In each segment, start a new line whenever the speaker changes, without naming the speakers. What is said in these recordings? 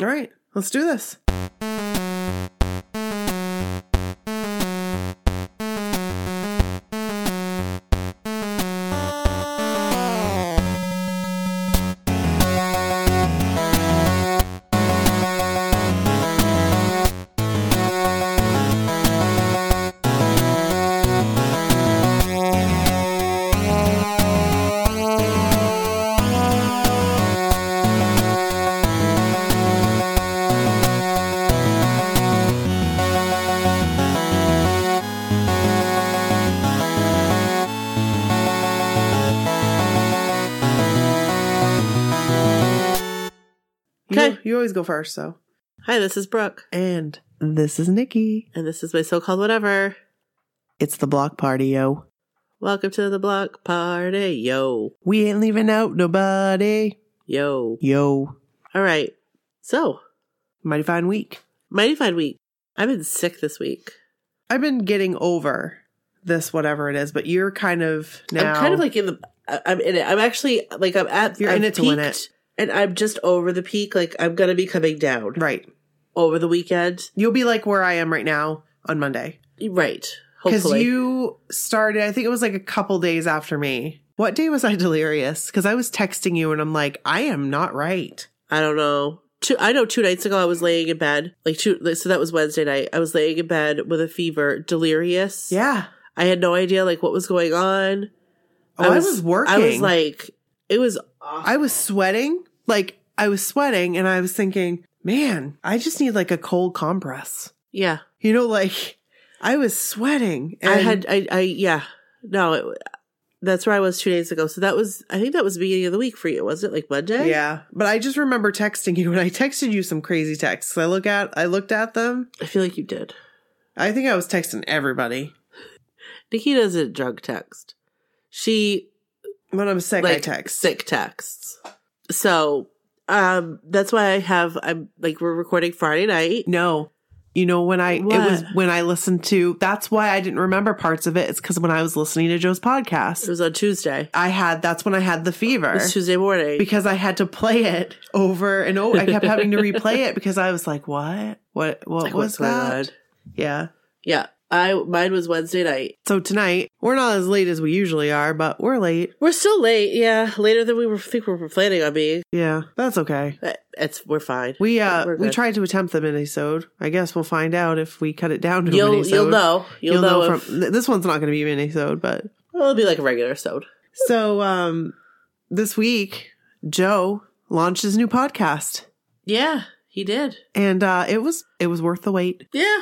All right, let's do this. You-
Okay.
You always go first, so.
Hi, this is Brooke,
And this is Nikki.
and this is my so called whatever.
It's the block party, yo.
Welcome to the block party. Yo,
We ain't leaving out nobody.
yo.
Yo.
All right. So,
Mighty fine week.
Mighty Fine Week. I've been sick this week.
I've been getting over this, whatever it is, but you're kind of now.
I'm kind of like in the, I- I'm in it. I'm actually like, I'm at,
You're
I've
in it to win it.
peaked, And I'm just over the peak. Like, I'm going to be coming down
Right.
over the weekend.
You'll be like where I am right now on Monday.
Right.
Because
Hopefully.
you started, I think it was like a couple days after me. What day was I delirious? Because I was texting you and I'm like, I am not right.
I don't know. Two, I know two nights ago I was laying in bed, like two, like, so that was Wednesday night. I was laying in bed with a fever, delirious.
Yeah.
I had no idea like what was going on.
Oh, I was, working.
I was like, it was.
I was sweating. Like I was sweating and I was thinking, man, I just need like a cold compress.
yeah,
You know, like I was sweating.
I had. I. I yeah. No, it, that's where I was two days ago. So that was. I think that was the beginning of the week for you, wasn't it? Like Monday.
Yeah. But I just remember texting you and I texted you some crazy texts. I look at I looked at them.
I feel like you did.
I think I was texting everybody.
Nikki doesn't drug text. She
When I'm sick, I
like
text.
sick texts. So um that's why I have. I'm like we're recording Friday night.
No. You know when I
What?
it was when I listened to that's why I didn't remember parts of it. It's because when I was listening to Joe's
It
podcast,
was on Tuesday.
I had that's when I had the fever.
It was Tuesday morning.
because I had to play it over and over. I kept having to replay it because I was like, "What? What? What was
Like, Oh, what's going
that?"
on?
Yeah.
Yeah. I mine was Wednesday night.
So tonight we're not as late as we usually are, but we're late.
We're still late, yeah. Later than we were think we were planning on being.
Yeah, that's okay.
But It's we're fine.
We uh
We're
we
good.
tried to attempt the minisode. I guess we'll find out if we cut it down to a
You'll
minisode.
you'll know you'll,
You'll
know,
know
if,
from th- this one's not going to be a minisode, but
well, it'll be like a regular episode.
so um this week Joe launched his new podcast
Yeah, he did.
and uh it was it was worth the wait.
Yeah,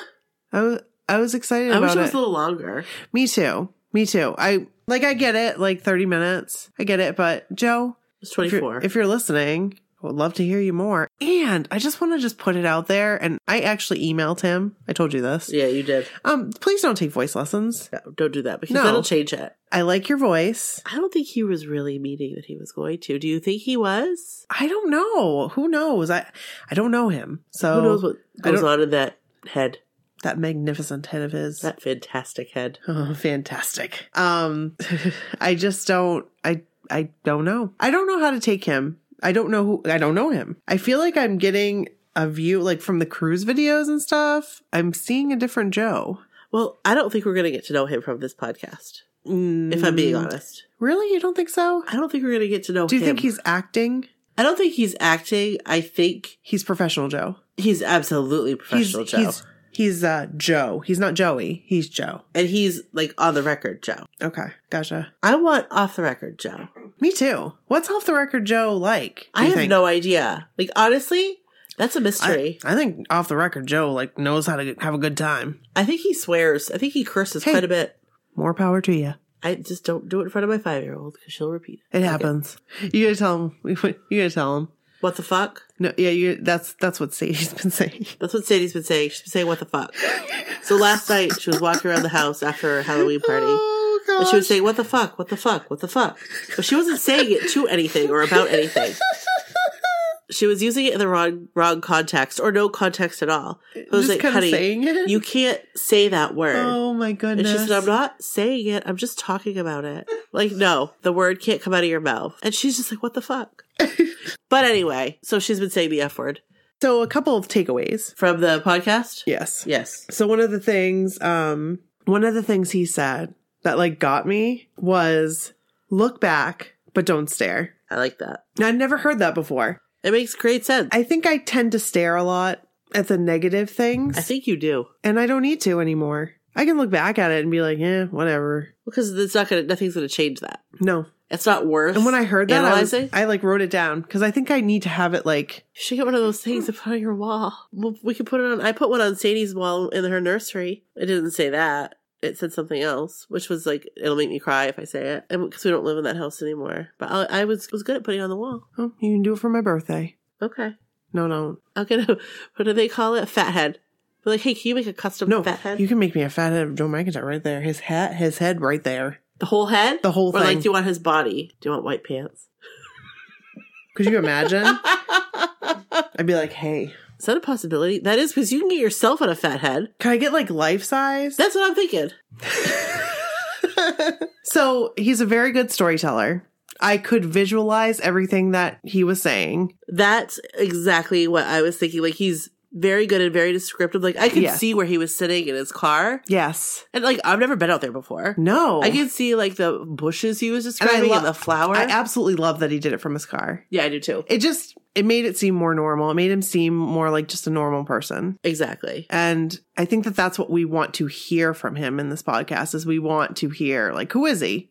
I was I was excited
I
about
wish it
it.
was a little longer.
Me too. Me too. I like I get it, like 30 minutes. I get it, but Joe,
It's
if
twenty
you're,
four.
if you're listening, I would love to hear you more. And I just want to just put it out there and I actually emailed him. I told you this.
Yeah, you did.
Um please don't take voice lessons.
No, don't do that because
No.
that'll change it.
I like your voice.
I don't think he was really meaning that he was going to. Do you think he was?
I don't know. Who knows? I I don't know him. So
Who knows what
Oh, I
goes
don't-
on in that head,
that magnificent head of his.
that fantastic head?
Oh, fantastic. Um I just don't I I don't know. I don't know how to take him. I don't know who I don't know him. I feel like I'm getting a view like from the cruise videos and stuff. I'm seeing a different Joe.
Well, I don't think we're going to get to know him from this podcast. If I'm being
Mm,
honest,
Really? You don't think so?
I don't think we're going to get to know.
Do you
him.
think he's acting?
I don't think he's acting. I think
He's professional Joe.
he's absolutely professional
he's
Joe.
he's he's uh Joe. He's not Joey. He's Joe.
and he's like on the record Joe.
Okay. Gotcha.
I want off the record Joe.
Me too. What's off the record Joe like? do
I
you
have
think?
no idea. Like honestly, that's a
I,
mystery.
I think off the record Joe like knows how to get, have a good time.
I, think he swears. I think he curses
Hey.
quite a bit.
More power to you.
I just don't do it in front of my five year old because she'll repeat it.
It
Okay.
happens. You gotta tell him. You gotta tell him.
What the fuck?
No, yeah, you. That's that's what Sadie's been saying.
That's what Sadie's been saying. She's been saying what the fuck. so last night she was walking around the house after her Halloween party.
Oh god.
And she was saying, What the fuck? What the fuck? What the fuck? But she wasn't saying it to anything or about anything. She was using it in the wrong wrong context or no context at all. I
Just
was like,
kinda
honey,
saying it.
You can't say that word.
Oh my
and
goodness.
she said, I'm not saying it. I'm just talking about it. Like, no, the word can't come out of your mouth. And she's just like, What the fuck? but anyway, so she's been saying the F word.
So, a couple of takeaways.
From the podcast?
Yes.
Yes.
So, one of the things, um, one of the things he said that like got me was look back, but don't stare.
I like that.
Now, I'd never heard that before.
It makes great sense. I,
I think I tend to stare a lot at the negative things,
think you do.
and I don't need to anymore. I can look back at it and be like, eh, whatever.
Because it's not gonna nothing's gonna change that.
No.
It's not worse.
And when I heard that, I, was-
Analyzing?
I like wrote it down because I think I need to have it like,
you should get one of those things and put on your wall. Well, we could put it on I put one on Sadie's wall in her nursery. It didn't say that. It said something else, which was like it'll make me cry if I say it, because we don't live in that house anymore. But I, I was was good at putting it on the wall.
oh, you can do it for my birthday.
Okay,
No, no,
I'm gonna. What do they call it? Fathead. But like, hey, can you make a custom
no.
fathead?
You can make me a fat head of Joe McIntyre right there. His hat, his head right there.
the whole head.
The whole
or like,
thing.
do you want his body? Do you want white pants?
Could you imagine?
Is
I'd be like, hey,
that a possibility? That is because you can get yourself on a fat head.
can I get like life size?
That's what I'm thinking.
so he's a very good storyteller. I could visualize everything that he was saying.
That's exactly what I was thinking. Like he's very good and very descriptive. Like I could
Yeah.
see where he was sitting in his car,
Yes.
and like I've never been out there before.
No.
I could see like the bushes he was describing and,
love-
the flower.
I absolutely love that he did it from his car.
yeah, I do too.
It just it made it seem more normal. It made him seem more like just a normal person.
Exactly.
And I think that that's what we want to hear from him in this podcast is we want to hear like who is he?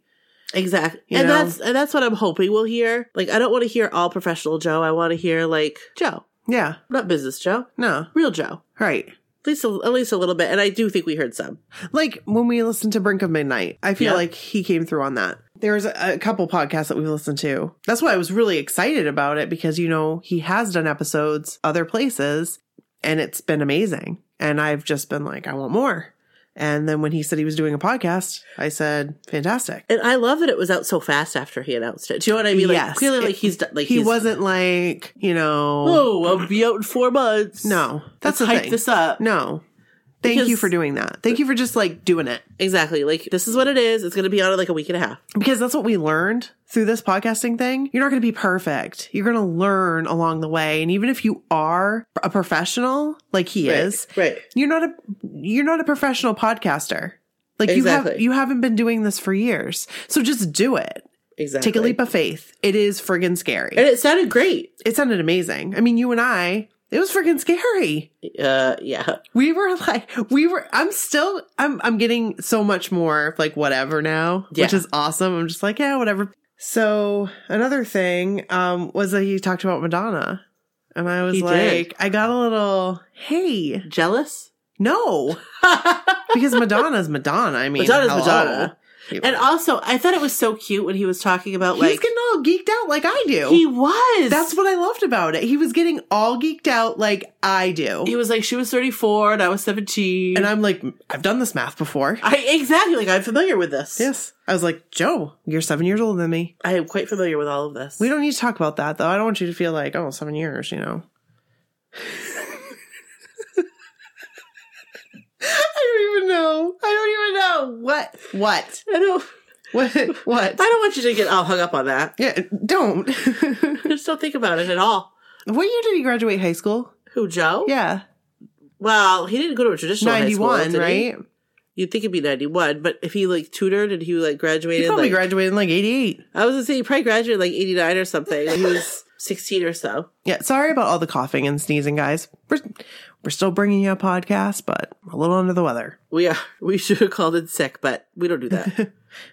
Exactly.
You
and
know?
that's and that's what I'm hoping we'll hear. Like I don't want to hear all professional Joe. I want to hear like Joe,
Yeah.
not business Joe,
No.
real Joe.
Right.
At least a, at least a little bit. And I do think we heard some.
Like when we listened to Brink of Midnight, I feel
Yeah.
like he came through on that. There's a, a couple podcasts that we've listened to. That's why I was really excited about it because, you know, he has done episodes other places and it's been amazing. And I've just been like, I want more. And then when he said he was doing a podcast, I said, fantastic.
And I love that it was out so fast after he announced it. Do you know what I mean? Like
Yes.
clearly,
It-
like he's done. Like
He
he's,
wasn't like, you know,
Oh, I'll be out in four months.
no, that's
that's
the
hype
thing.
this up.
No. Thank you
Because-
for doing that. Thank you for just like doing it.
Exactly. Like this is what it is. It's going to be on in like a week and a half.
because that's what we learned through this podcasting thing. You're not going to be perfect. You're going to learn along the way. And even if you are a professional, like he is,
right.
you're not a, you're not a professional podcaster. Like you have,
Exactly.
you haven't been doing this for years. So just do it.
Exactly.
Take a leap of faith. It is friggin' scary.
and it sounded great.
It sounded amazing. I mean, you and I, it was friggin' scary.
Uh, yeah.
We were like, we were, I'm still, I'm, I'm getting so much more like whatever now, which
Yeah.
is awesome. I'm just like, yeah, whatever. So another thing, um, was that he talked about Madonna and I was
He did.
like, I got a little, Hey,
Jealous.
no, because Madonna's Madonna. I mean,
Madonna's
hello.
Madonna.
People-
And also, I thought it was so cute when he was talking about
he's
like
getting all geeked out like I do.
he was.
That's what I loved about it. He was getting all geeked out like I do.
he was like. She was thirty four, and I was seventeen.
and I'm like, I've done this math before.
I exactly like I'm familiar with this.
Yes. I was like, Joe, you're seven years older than me.
I am quite familiar with all of this.
We don't need to talk about that though. I don't want you to feel like, oh, seven years, you know. I don't even know. I don't even know. What? What?
I don't.
What?
I
What?
don't want you to get all hung up on that.
Yeah, don't.
Just don't think about it at all.
what year did he graduate high school?
Who Joe?
Yeah.
Well, he didn't go to a traditional high school,
91,
did he?
right?
You'd think it'd be 91, but if he like tutored and he like graduated,
He probably
like,
graduated in like 88.
I was gonna say he probably graduated like 89 or something. Like, he was 16 or so.
Yeah, sorry about all the coughing and sneezing, guys. We're, we're still bringing you a podcast, but we're a little under the weather.
We are, we should have called in sick, but we don't do that.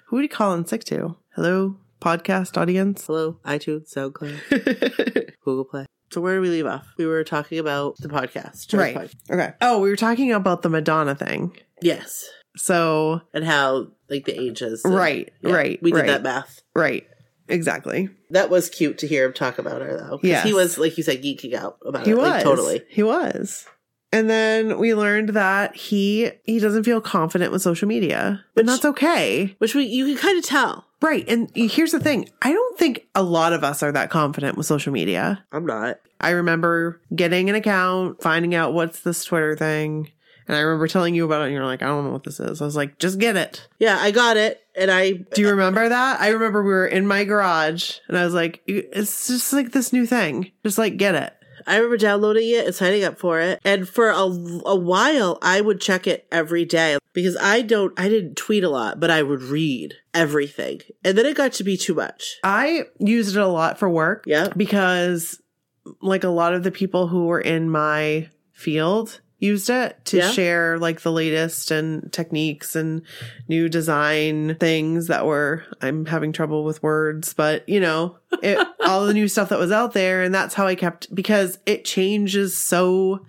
Who are you calling sick to? Hello, podcast audience.
Hello, iTunes, SoundCloud, Google Play. So where did we leave off? We were talking about the podcast, Joe's
right.
podcast.
Okay. Oh, we were talking about the Madonna thing.
Yes,
So,
and how like the ages. and-
right,
Yeah,
right.
We did
right,
that math.
Right. Exactly.
That was cute to hear him talk about her though, because
Yes.
he was like you said geeking out about
He
it.
was.
Like, totally.
He was. And then we learned that he he doesn't feel confident with social media.
Which-
and that's okay.
Which we you can kind of tell.
Right. And here's the thing. I don't think a lot of us are that confident with social media.
I'm not.
I remember getting an account, finding out what's this Twitter thing. And I remember telling you about it, and you're like, I don't know what this is. I was like, just get it.
Yeah, I got it, and I
Do you remember that? I remember we were in my garage, and I was like, it's just like this new thing. Just like, get it.
I remember downloading it and signing up for it. And for a, a while, I would check it every day because I don't, I didn't tweet a lot, but I would read everything. And then it got to be too much.
I used it a lot for work
Yeah.
because, like, a lot of the people who were in my field used it to
Yeah.
share, like, the latest and techniques and new design things that were, I'm having trouble with words, but, you know, it, all the new stuff that was out there. And that's how I kept, because it changes so.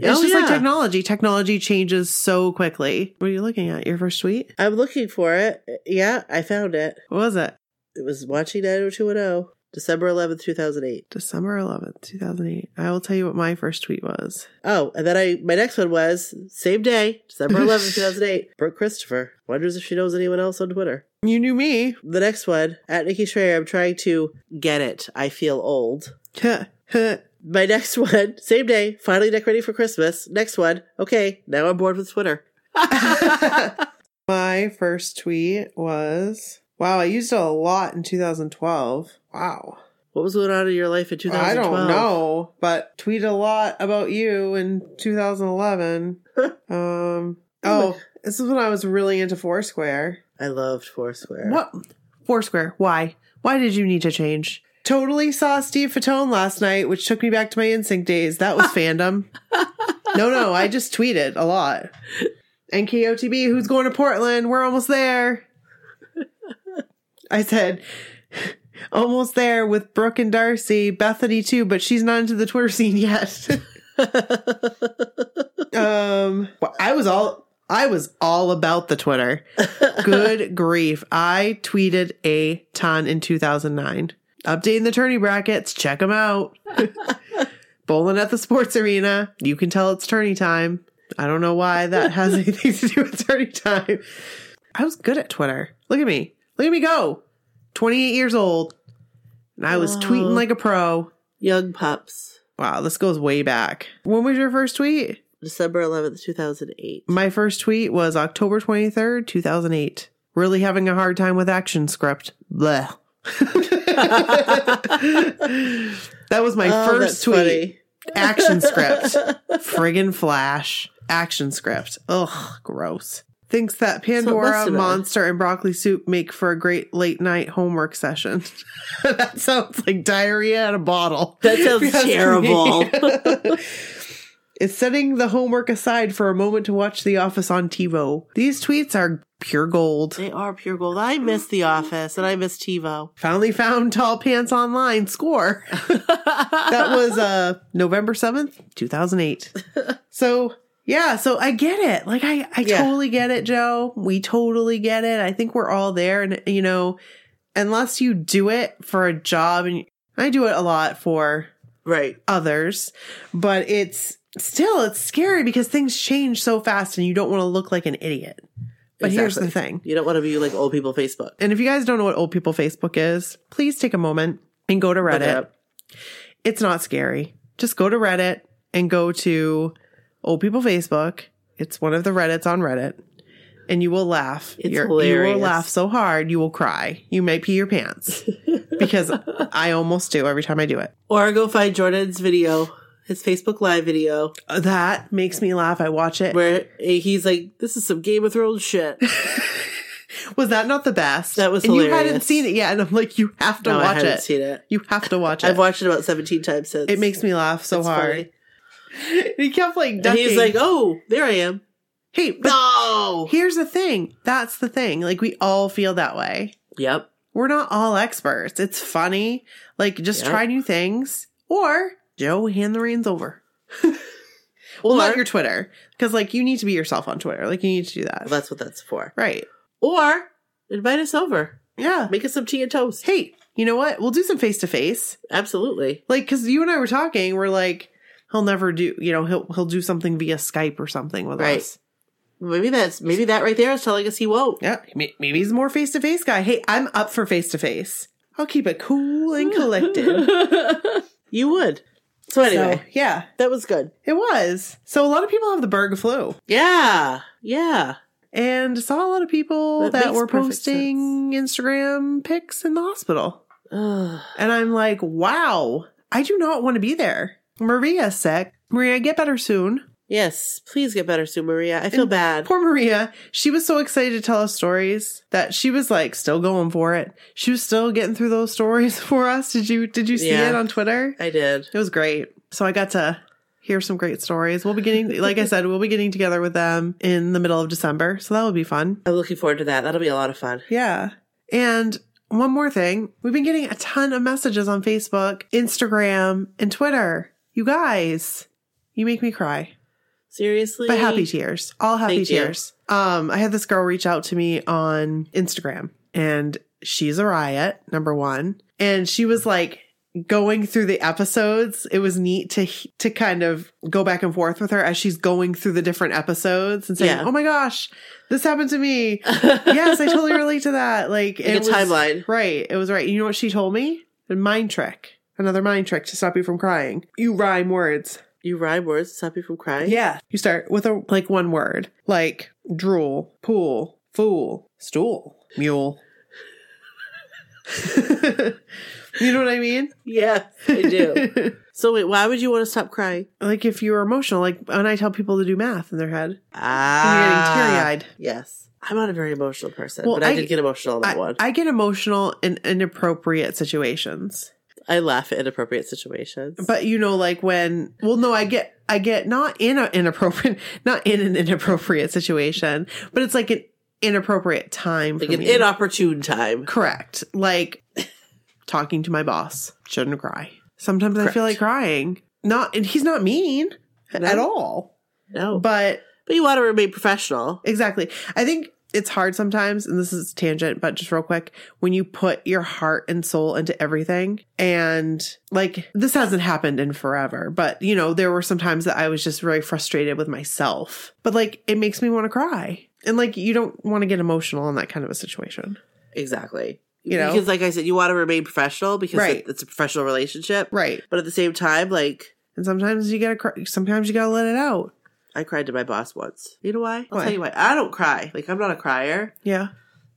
It's
Oh,
just like
yeah.
technology. Technology changes so quickly. What are you looking at? Your first tweet?
I'm looking for it. Yeah, I found it.
What was it?
It was watching 90210, December 11th, 2008.
December 11th, 2008. I will tell you what my first tweet was.
Oh, and then I my next one was same day, December 11th, 2008. Brooke Christopher wonders if she knows anyone else on Twitter.
You knew me.
The next one at Nikki Schreier. I'm trying to get it. I feel old.
Huh, huh.
My next one, same day, finally decorating for Christmas. Next one, okay, now I'm bored with Twitter.
my first tweet was Wow, I used it a lot in 2012. Wow.
What was going on in your life in 2012?
I don't know, but tweeted a lot about you in 2011. um, oh, this is when I was really into Foursquare.
I loved Foursquare.
What? Foursquare. Why? Why did you need to change? Totally saw Steve Fatone last night, which took me back to my instinct days. That was fandom. No, no, I just tweeted a lot. And KOTB, who's going to Portland? We're almost there. I said, almost there with Brooke and Darcy, Bethany too, but she's not into the Twitter scene yet. um, well, I was all I was all about the Twitter. Good grief. I tweeted a ton in 2009. Updating the tourney brackets, check them out. Bowling at the sports arena. You can tell it's tourney time. I don't know why that has anything to do with tourney time. I was good at Twitter. Look at me. Look at me go. 28 years old. And I was
Wow.
tweeting like a pro.
Young Pups,
Wow, this goes way back. When was your first tweet?
December 11th, 2008.
My first tweet was October 23rd, 2008. Really having a hard time with action script. Bleh. that was my
Oh,
first
that's
tweet.
funny.
Action script. Friggin' flash. Action script. Ugh, gross. Thinks that Pandora,
have been.
Monster, and Broccoli Soup make for a great late night homework session. that sounds like diarrhea in a bottle.
That sounds
If you ask me.
terrible.
It's setting the homework aside for a moment to watch The Office on TiVo. These tweets are pure gold.
They are pure gold. I miss The Office and I miss TiVo.
Finally found Tall Pants Online. Score. that was uh November 7th, 2008. so, yeah, so I get it. Like I I
Yeah.
totally get it, Joe. We totally get it. I think we're all there and you know, unless you do it for a job and I do it a lot for
Right.
others, but it's still it's scary because things change so fast and you don't want to look like an idiot. But here's the
Exactly.
thing.
You don't want to be like old people Facebook.
And if you guys don't know what old people Facebook is, please take a moment and go to
Look it
Reddit.
up.
It's not scary. Just go to Reddit and go to Old People Facebook. It's one of the Reddits on Reddit. And you will laugh.
It's
You're- You
hilarious.
will laugh so hard you will cry. You might pee your pants. because I almost do every time I do it.
Or go find Jordan's video, his Facebook Live video,
That makes me laugh. I watch it.
where he's like, "This is some Game of Thrones shit."
Was that not the best?
That was
and you hadn't
hilarious.
seen it yet, and I'm like, you have to
No, I
watch
haven't
it.
seen it.
You have to watch it.
I've watched it about seventeen times since.
it makes me laugh so
It's
hard.
funny.
he kept like
And
ducking.
he's like, "Oh, there I am."
hey, but
No.
here's the thing. That's the thing. Like we all feel that way.
Yep.
We're not all experts. It's funny. Like just
Yeah.
try new things. Or Joe, hand the reins over. well,
Or-
not your Twitter, because like you need to be yourself on Twitter. Like you need to do that,
That's what that's for.
right?
Or invite us over.
Yeah.
Make us some tea and toast.
Hey, you know what? We'll do some face to face.
Absolutely.
like because you and I were talking, we're like, he'll never do, you know, he'll he'll do something via Skype or something with
Right.
us.
Maybe that's maybe that right there is telling us he won't.
Yeah, may- maybe he's a more face to face guy. Hey, I'm up for face to face. I'll keep it cool and collected.
you would. So anyway,
So, yeah,
that was good.
it was. So a lot of people have the Berg flu,
Yeah. Yeah.
and saw a lot of people
That
that,
makes
were
perfect
posting Instagram pics in the hospital,
Ugh.
and I'm like, wow, I do not want to be there. Maria sick. Maria, get better soon.
Yes, please get better soon, Maria. I feel
And
bad.
Poor Maria. She was so excited to tell us stories that she was like still going for it. She was still getting through those stories for us. Did you did you see
Yeah.
it on Twitter?
I did.
It was great. So I got to hear some great stories. We'll be getting like I said, we'll be getting together with them in the middle of December. So that will be fun.
I'm looking forward to that. That'll be a lot of fun.
Yeah. And one more thing, we've been getting a ton of messages on Facebook, Instagram, and Twitter. You guys, you make me cry.
Seriously.
But happy tears. All happy
Thank you.
tears. Um, I had this girl reach out to me on Instagram and she's a riot, number one. And she was like going through the episodes. It was neat to to kind of go back and forth with her as she's going through the different episodes and saying,
Yeah.
Oh my gosh, this happened to me. yes, I totally relate to that. Like,
Like a
was-
timeline.
Right. It was right. You know what she told me? A mind trick. Another mind trick to stop you from crying. You rhyme words.
You rhyme words to stop you from crying?
Yeah. You start with a like one word, like drool, pool, fool, stool, mule. you know what I mean?
Yes, I do. so wait, why would you want to stop crying?
like if you were emotional, like when I tell people to do math in their head,
Ah.
I'm getting teary eyed.
Yes. I'm not a very emotional person,
Well,
but I,
I-
did get emotional on that
I,
one.
I get emotional in inappropriate situations.
I laugh at inappropriate situations.
But you know, like when, well, no, I get, I get not in an inappropriate, not in an inappropriate situation, but it's like an inappropriate time.
like
for
an
me.
inopportune time.
Correct. Like talking to my boss. Shouldn't cry. Sometimes I feel
Correct.
like crying. Not, and he's not mean
No.
at all.
No. But,
But
you want to remain professional.
Exactly. I think it's hard sometimes, and this is tangent, but just real quick, when you put your heart and soul into everything, and like this hasn't happened in forever, but you know, there were some times that I was just really frustrated with myself, but like it makes me want to cry. And like you don't want to get emotional in that kind of a situation.
Exactly.
You know?
Because like I said, you want to remain professional because
Right.
it- it's a professional relationship.
Right.
But at the same time, like
And sometimes you gotta cry sometimes you gotta let it out.
I cried to my boss once. You know why? I'll
Why?
tell you why. I don't cry. Like I'm not a crier.
Yeah.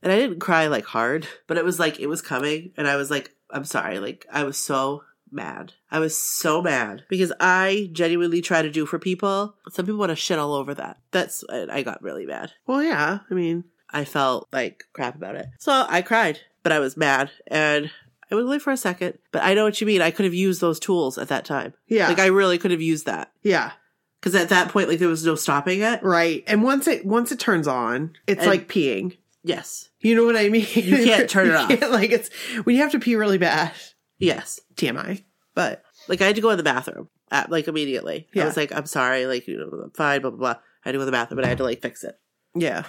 And I didn't cry like hard, but it was like it was coming and I was like, I'm sorry. Like I was so mad. I was so mad because I genuinely try to do for people. Some people want to shit all over that. That's and I got really mad.
Well yeah. I mean
I felt like crap about it. So I cried, but I was mad and I was only for a second. But I know what you mean. I could have used those tools at that time.
Yeah.
Like I really could have used that.
yeah.
Because at that point, like there was no stopping it.
Right. And once it once it turns on, it's
And-
like peeing.
Yes.
You know what I mean?
You can't turn it
You
off.
can't, like it's when you have to pee really bad.
Yes.
TMI. But
Like I had to go in the bathroom. At, like immediately.
Yeah.
I was like, I'm sorry, like you know, I'm fine, blah blah blah. I had to go in the bathroom but I had to like fix it.
yeah.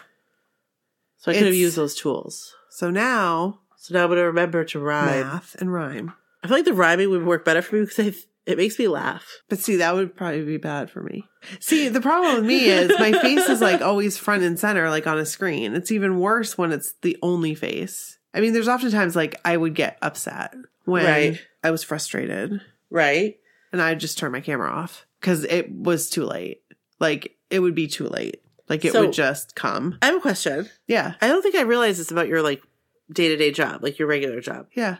So I could have
It's-
used those tools.
So now
So now I'm gonna remember to rhyme.
math and rhyme.
I feel like the rhyming would work better for me because I, it makes me laugh.
But see, that would probably be bad for me. See, the problem with me is my face is like always front and center, like on a screen. It's even worse when it's the only face. I mean, there's oftentimes like I would get upset when
Right.
I was frustrated
Right?
and I would just turn my camera off because it was too late. Like it would be too late. Like it
So-
would just come.
I have a question.
Yeah.
I don't think I realized this about your like day to day job, like your regular job.
Yeah.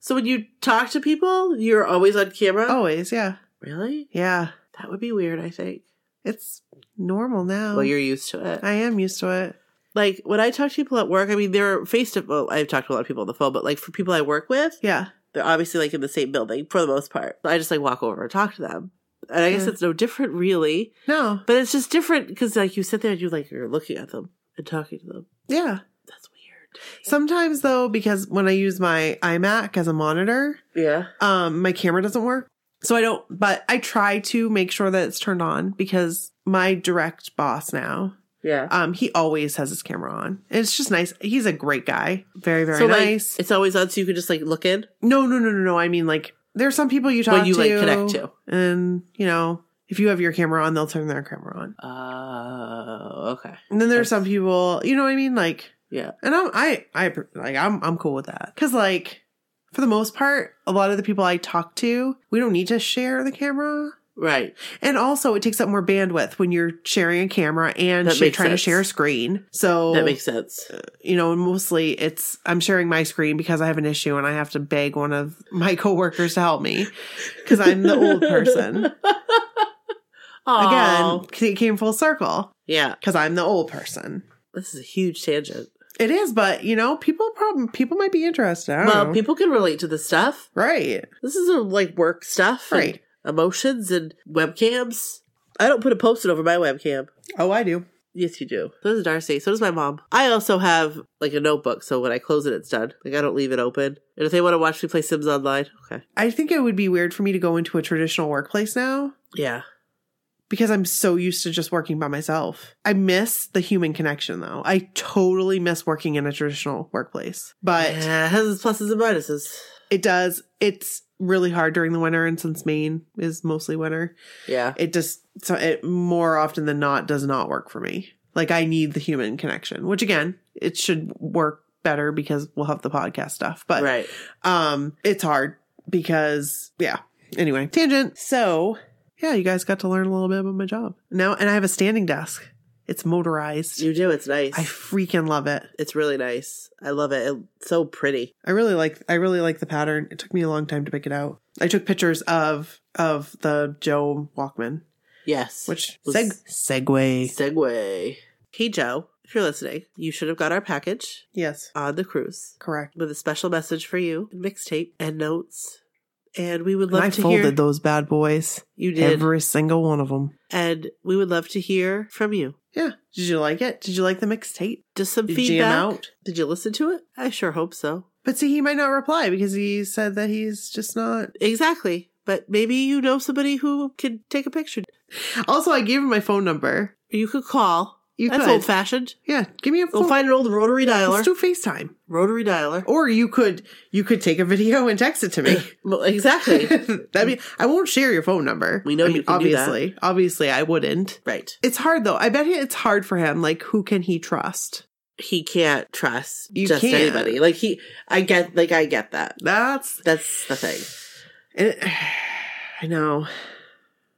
So when you talk to people, you're always on camera.
Always. Yeah.
really?
Yeah.
That would be weird. I think.
It's normal now.
well, you're used to it.
I am used to it.
like when I talk to people at work, I mean they're face to. Well, I've talked to a lot of people on the phone, but like for people I work with,
Yeah.
they're obviously like in the same building for the most part. I just like walk over and talk to them, and I guess
Yeah.
it's no different really,
No.
but it's just different because like you sit there and you like you're looking at them and talking to them.
Yeah.
That's weird.
Sometimes though, because when I use my iMac as a monitor,
Yeah.
um, my camera doesn't work. So I don't, but I try to make sure that it's turned on because my direct boss now,
Yeah.
um, he always has his camera on. And it's just nice. He's a great guy. Very, very
so like
nice.
it's always on, so you can just like look in.
no, no, no, no, no. I mean, like, there's some people you talk
Well, you
to,
like connect to.
and you know, if you have your camera on, they'll turn their camera on.
Oh, okay.
And then there's
That's-
some people, you know what I mean? Like,
Yeah.
and I'm, I, I, like, I'm, I'm cool with that. Cause like, for the most part, a lot of the people I talk to, we don't need to share the camera.
Right.
And also, it takes up more bandwidth when you're sharing a camera and
That
share,
makes
trying
sense.
to share a screen. So,
That makes sense.
you know, and mostly it's I'm sharing my screen because I have an issue and I have to beg one of my coworkers to help me because I'm the old person. Again,
Aw.
'cause it came full circle
Yeah.
because I'm the old person.
This is a huge tangent.
It is, but you know, people problem people might be interested. I don't
Well,
know.
people can relate to this stuff.
right,
This is uh, like work stuff, and
right.
Emotions and webcams. I don't put a post-it over my webcam.
Oh, I do.
Yes, you do. So does Darcy. So does my mom. I also have like a notebook, so when I close it, it's done. Like I don't leave it open. And if they want to watch me play Sims online, okay.
I think it would be weird for me to go into a traditional workplace now
Yeah.
because I'm so used to just working by myself. I miss the human connection though. I totally miss working in a traditional workplace. But
Yeah, it has its pluses and minuses.
It does. It's really hard during the winter, and since Maine is mostly winter,
Yeah.
it just so it more often than not does not work for me. Like I need the human connection, which again, it should work better because we'll have the podcast stuff. But
right.
um, it's hard because yeah. Anyway, tangent. So yeah, you guys got to learn a little bit about my job now, and I have a standing desk. It's motorized.
You do. It's nice.
I freaking love it.
it's really nice. I love it. It's so pretty.
I really like I really like the pattern. It took me a long time to pick it out. I took pictures of of the Joe Walkman,
Yes.
which
Was-
seg segue.
segue. Hey Joe, if you're listening, you should have got our package
Yes,
on the cruise
correct.
with a special message for you, mixtape and notes. And we would
And
love
I
to
folded
hear
those bad boys,
you did.
every single one of them.
and we would love to hear from you.
Yeah. Did you like it? Did you like the mixtape?
Just some
Did you jam
feedback.
out?
Did you listen to it? I sure hope so.
But see, he might not reply because he said that he's just not.
Exactly. But maybe you know somebody who could take a picture.
Also, I gave him my phone number.
You could call.
You
That's
could,
old fashioned.
yeah, give me a
Go
phone.
find an old rotary dialer.
Let's do FaceTime,
rotary dialer.
or you could you could take a video and text it to me.
Well, exactly.
That'd be. I won't share your phone number.
We know
I
you can do that.
obviously. Obviously, I wouldn't.
right.
It's hard though. I bet he- it's hard for him. Like, who can he trust?
He can't trust
You
just
can't.
anybody. Like he I get like I get that.
That's.
That's the thing.
It, I know.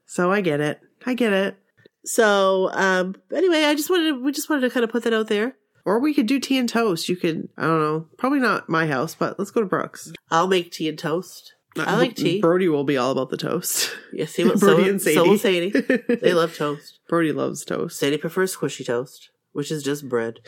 So I get it. I get it.
So, um anyway, I just wanted to, we just wanted to kind of put that out there.
Or we could do tea and toast. You could. I don't know. Probably not my house, but let's go to Brooks.
I'll make tea and toast. I like tea.
Brody will be all about the toast.
Yes, he will. So,
Brody and Sadie.
so will Sadie. They love toast.
Brody loves toast.
Sadie prefers squishy toast, which is just bread.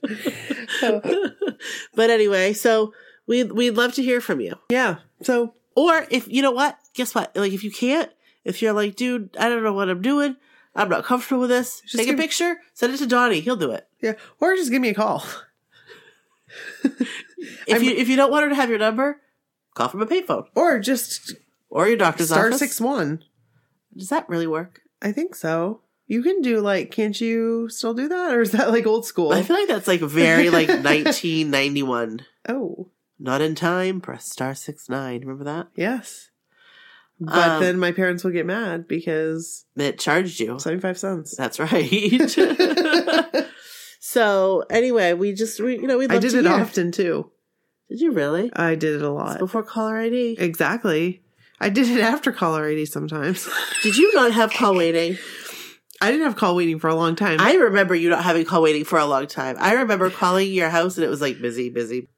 but anyway, so we we'd love to hear from you.
Yeah. So
Or if you know what, guess what? Like if you can't, if you're like, dude, I don't know what I'm doing, I'm not comfortable with this.
Just
Take a
give-
picture, send it to Donnie. He'll do it.
yeah. Or just give me a call.
If
I'm-
you if you don't want her to have your number, call from a payphone
Or just
or your doctor's
star
office.
six one.
Does that really work?
I think so. You can do like, can't you still do that? Or is that like old school?
I feel like that's like very like 1991.
oh,
Not in time. Press star six nine. Remember that?
yes. But
Um,
then my parents will get mad because
It charged you.
75 cents.
That's right.
I
so anyway, we just we you know we love
did
to
it
hear.
often too.
Did you really?
I did it a
It's
lot.
before caller ID.
Exactly. I did it after caller 80 sometimes.
Did you not have call waiting?
I didn't have call waiting for a long time.
I remember you not having call waiting for a long time. I remember calling your house and it was like busy, busy.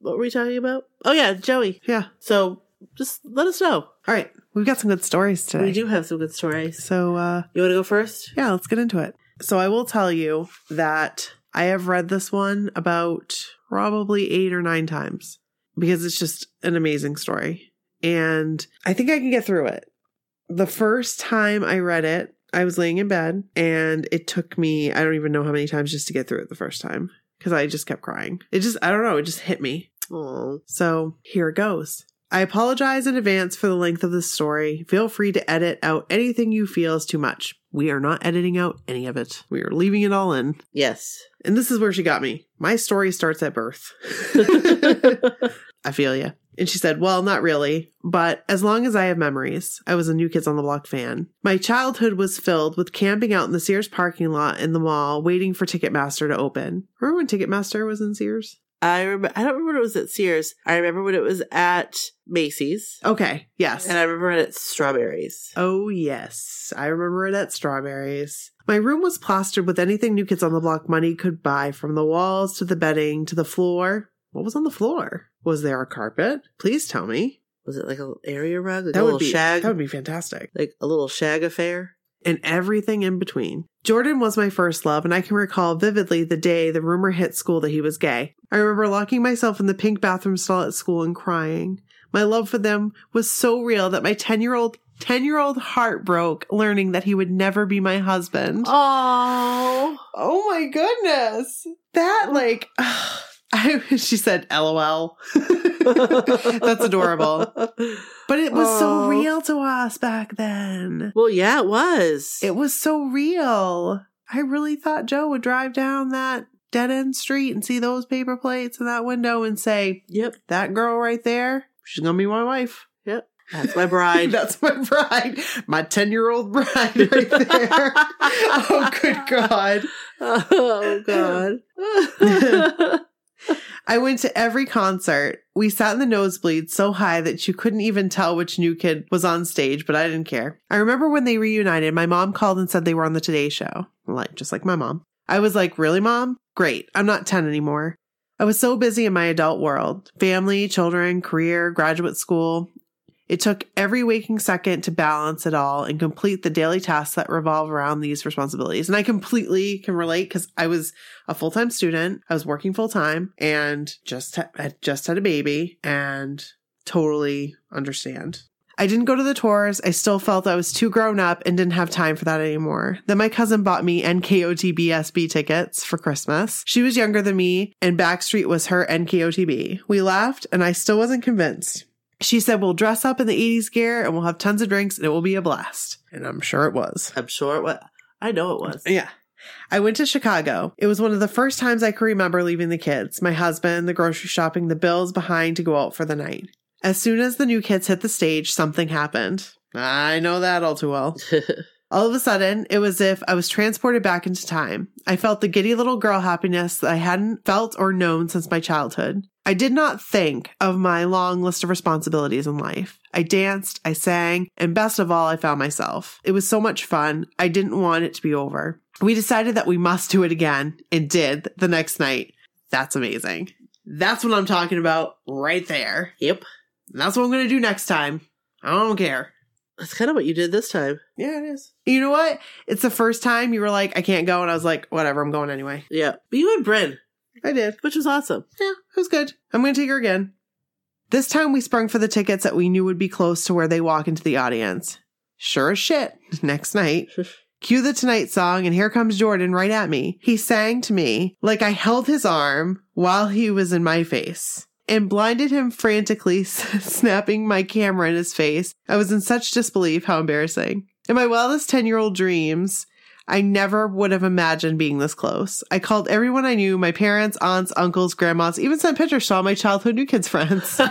What were we talking about? Oh yeah, Joey.
yeah.
So just let us know.
All right. We've got some good stories today.
We do have some good stories.
So, uh,
You want to go first?
Yeah, let's get into it. So I will tell you that I have read this one about probably eight or nine times because it's just an amazing story. And I think I can get through it. The first time I read it, I was laying in bed and it took me, I don't even know how many times just to get through it the first time because I just kept crying. It just, I don't know, it just hit me.
Oh,
So here it goes. I apologize in advance for the length of this story. Feel free to edit out anything you feel is too much. We are not editing out any of it. We are leaving it all in.
yes.
And this is where she got me. My story starts at birth. I feel ya. And she said, Well, not really, but as long as I have memories, I was a New Kids on the Block fan. My childhood was filled with camping out in the Sears parking lot in the mall, waiting for Ticketmaster to open. Remember when Ticketmaster was in Sears?
I remember. I don't remember when it was at Sears. I remember when it was at Macy's,
Okay. Yes.
and I remember it at Strawberries.
Oh, yes. I remember it at Strawberries. My room was plastered with anything New Kids on the Block money could buy, from the walls to the bedding to the floor. What was on the floor? Was there a carpet? Please tell me.
Was it like a area rug, like
That
a little
would be
shag,
that would be fantastic.
like a little shag affair?
And everything in between. Jordan was my first love, and I can recall vividly the day the rumor hit school that he was gay. I remember locking myself in the pink bathroom stall at school and crying. My love for them was so real that my 10 year old 10 year old heart broke learning that he would never be my husband.
Oh,
Oh my goodness. That like I she said LOL. That's adorable. But it was
Aw.
so real to us back then.
Well, yeah, it was.
It was so real. I really thought Joe would drive down that dead end street and see those paper plates in that window and say,
yep,
That girl right there, she's gonna be my wife.
that's my bride.
That's my bride. My 10 year old bride right there. oh, good God.
oh God.
I went to every concert. We sat in the nosebleed so high that you couldn't even tell which new kid was on stage, but I didn't care. I remember when they reunited, my mom called and said they were on the Today Show, like just like my mom. I was like, "Really, mom? Great. I'm not 10 anymore." I was so busy in my adult world, family, children, career, graduate school. It took every waking second to balance it all and complete the daily tasks that revolve around these responsibilities. And I completely can relate because I was a full time student. I was working full time and just ha- had just had a baby and totally understand. I didn't go to the tours. I still felt I was too grown up and didn't have time for that anymore. Then my cousin bought me NKOTBSB tickets for Christmas. She was younger than me and Backstreet was her NKOTB. We laughed and I still wasn't convinced. She said, we'll dress up in the 80s gear and we'll have tons of drinks and it will be a blast. And I'm sure it was.
I'm sure it was. I know it was.
Yeah. I went to Chicago. It was one of the first times I could remember leaving the kids, my husband, the grocery shopping, the bills behind to go out for the night. As soon as the new kids hit the stage, something happened. I know that all too well. All of a sudden, it was if I was transported back into time. I felt the giddy little girl happiness that I hadn't felt or known since my childhood. I did not think of my long list of responsibilities in life. I danced, I sang, and best of all, I found myself. It was so much fun. I didn't want it to be over. We decided that we must do it again and did the next night. That's amazing. That's what I'm talking about right there.
yep,
And that's what I'm going to do next time. I don't care.
that's kind of what you did this time.
Yeah, it is. You know what? It's the first time you were like, I can't go. And I was like, whatever, I'm going anyway.
Yeah, but you and Bryn,
I did.
which was awesome.
Yeah, it was good. I'm going to take her again. This time we sprung for the tickets that we knew would be close to where they walk into the audience. Sure as shit. Next night. Cue the Tonight song, and here comes Jordan right at me. He sang to me like I held his arm while he was in my face and blinded him frantically, snapping my camera in his face. I was in such disbelief. How embarrassing. In my wildest 10 year old dreams, I never would have imagined being this close. I called everyone I knew my parents, aunts, uncles, grandmas, even sent pictures to all my childhood new kids friends.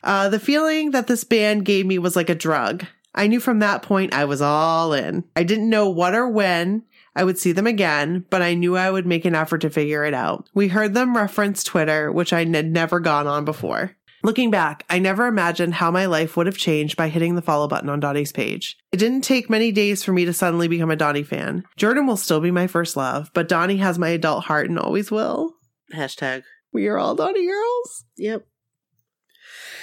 Uh, the feeling that this band gave me was like a drug. I knew from that point I was all in. I didn't know what or when I would see them again, but I knew I would make an effort to figure it out. We heard them reference Twitter, which I had never gone on before. Looking back, I never imagined how my life would have changed by hitting the follow button on Donnie's page. It didn't take many days for me to suddenly become a Donnie fan. Jordan will still be my first love, but Donnie has my adult heart and always will.
Hashtag.
We are all Donnie girls.
Yep.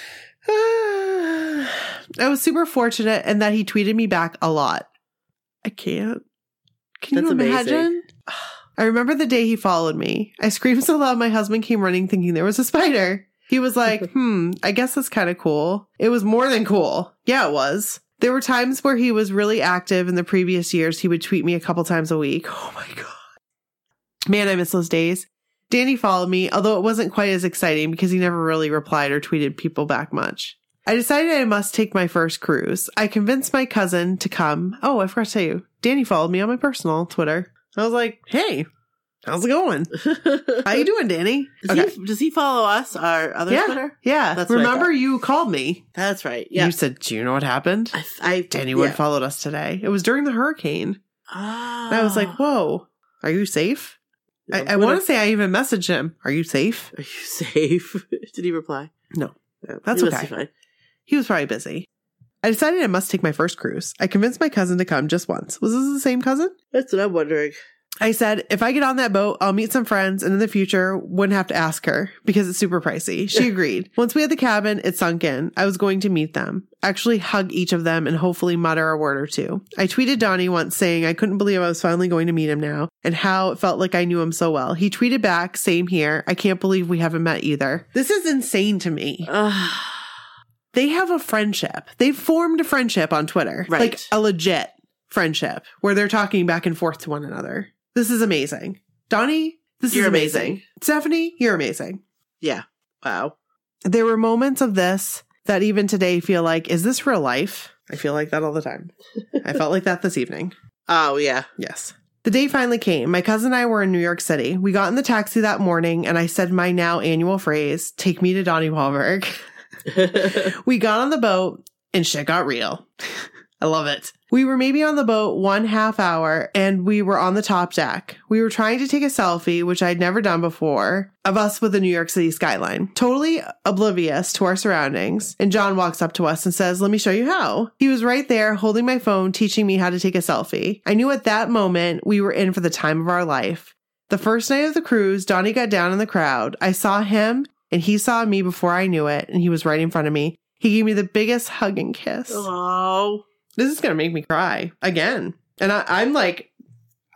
I was super fortunate in that he tweeted me back a lot. I can't. Can
That's
you
amazing.
imagine? I remember the day he followed me. I screamed so loud my husband came running thinking there was a spider. He was like, hmm, I guess that's kind of cool. It was more than cool. Yeah, it was. There were times where he was really active in the previous years. He would tweet me a couple times a week. Oh my God. Man, I miss those days. Danny followed me, although it wasn't quite as exciting because he never really replied or tweeted people back much. I decided I must take my first cruise. I convinced my cousin to come. Oh, I forgot to tell you, Danny followed me on my personal Twitter. I was like, hey, how's it going? How you doing, Danny?
Does, he, does he follow us, our other
Yeah.
Twitter?
Yeah.
That's what I
Remember you called me.
That's right. Yeah.
You said, do you know what happened?
I, I
Danny Wood
yeah.
followed us today. It was during the hurricane.
Ah.
And I was like, whoa, are you safe? I,
I'm
I
gonna-
want to say I even messaged him. Are you safe?
Are you safe? Did he reply?
No.
No,
That's
he must
okay.
be fine.
He was probably busy. I decided I must take my first cruise. I convinced my cousin to come just once. Was this the same cousin?
That's what I'm wondering.
I said, if I get on that boat, I'll meet some friends and in the future wouldn't have to ask her because it's super pricey. She agreed. Once we had the cabin, it sunk in. I was going to meet them, actually hug each of them and hopefully mutter a word or two. I tweeted Donnie once saying I couldn't believe I was finally going to meet him now and how it felt like I knew him so well. He tweeted back, same here. I can't believe we haven't met either. This is insane to me.
Ugh.
They have a friendship. They've formed a friendship on Twitter.
Right.
Like a legit friendship where they're talking back and forth to one another. This is amazing. Donnie, this
You're
is amazing.
amazing.
Stephanie, you're amazing.
yeah. Wow.
There were moments of this that even today feel like, is this real life? I feel like that all the time. I felt like that this evening.
Oh yeah.
Yes. The day finally came. My cousin and I were in New York City. We got in the taxi that morning and I said my now annual phrase, take me to Donnie Wahlberg. We got on the boat and shit got real. I love it. We were maybe on the boat one half hour and we were on the top deck. We were trying to take a selfie, which I'd never done before, of us with the New York City skyline, totally oblivious to our surroundings. And John walks up to us and says, Let me show you how. He was right there holding my phone, teaching me how to take a selfie. I knew at that moment we were in for the time of our life. The first night of the cruise, Donnie got down in the crowd. I saw him and he saw me before I knew it, and he was right in front of me. He gave me the biggest hug and kiss.
oh.
This is gonna make me cry again. And I, I'm like,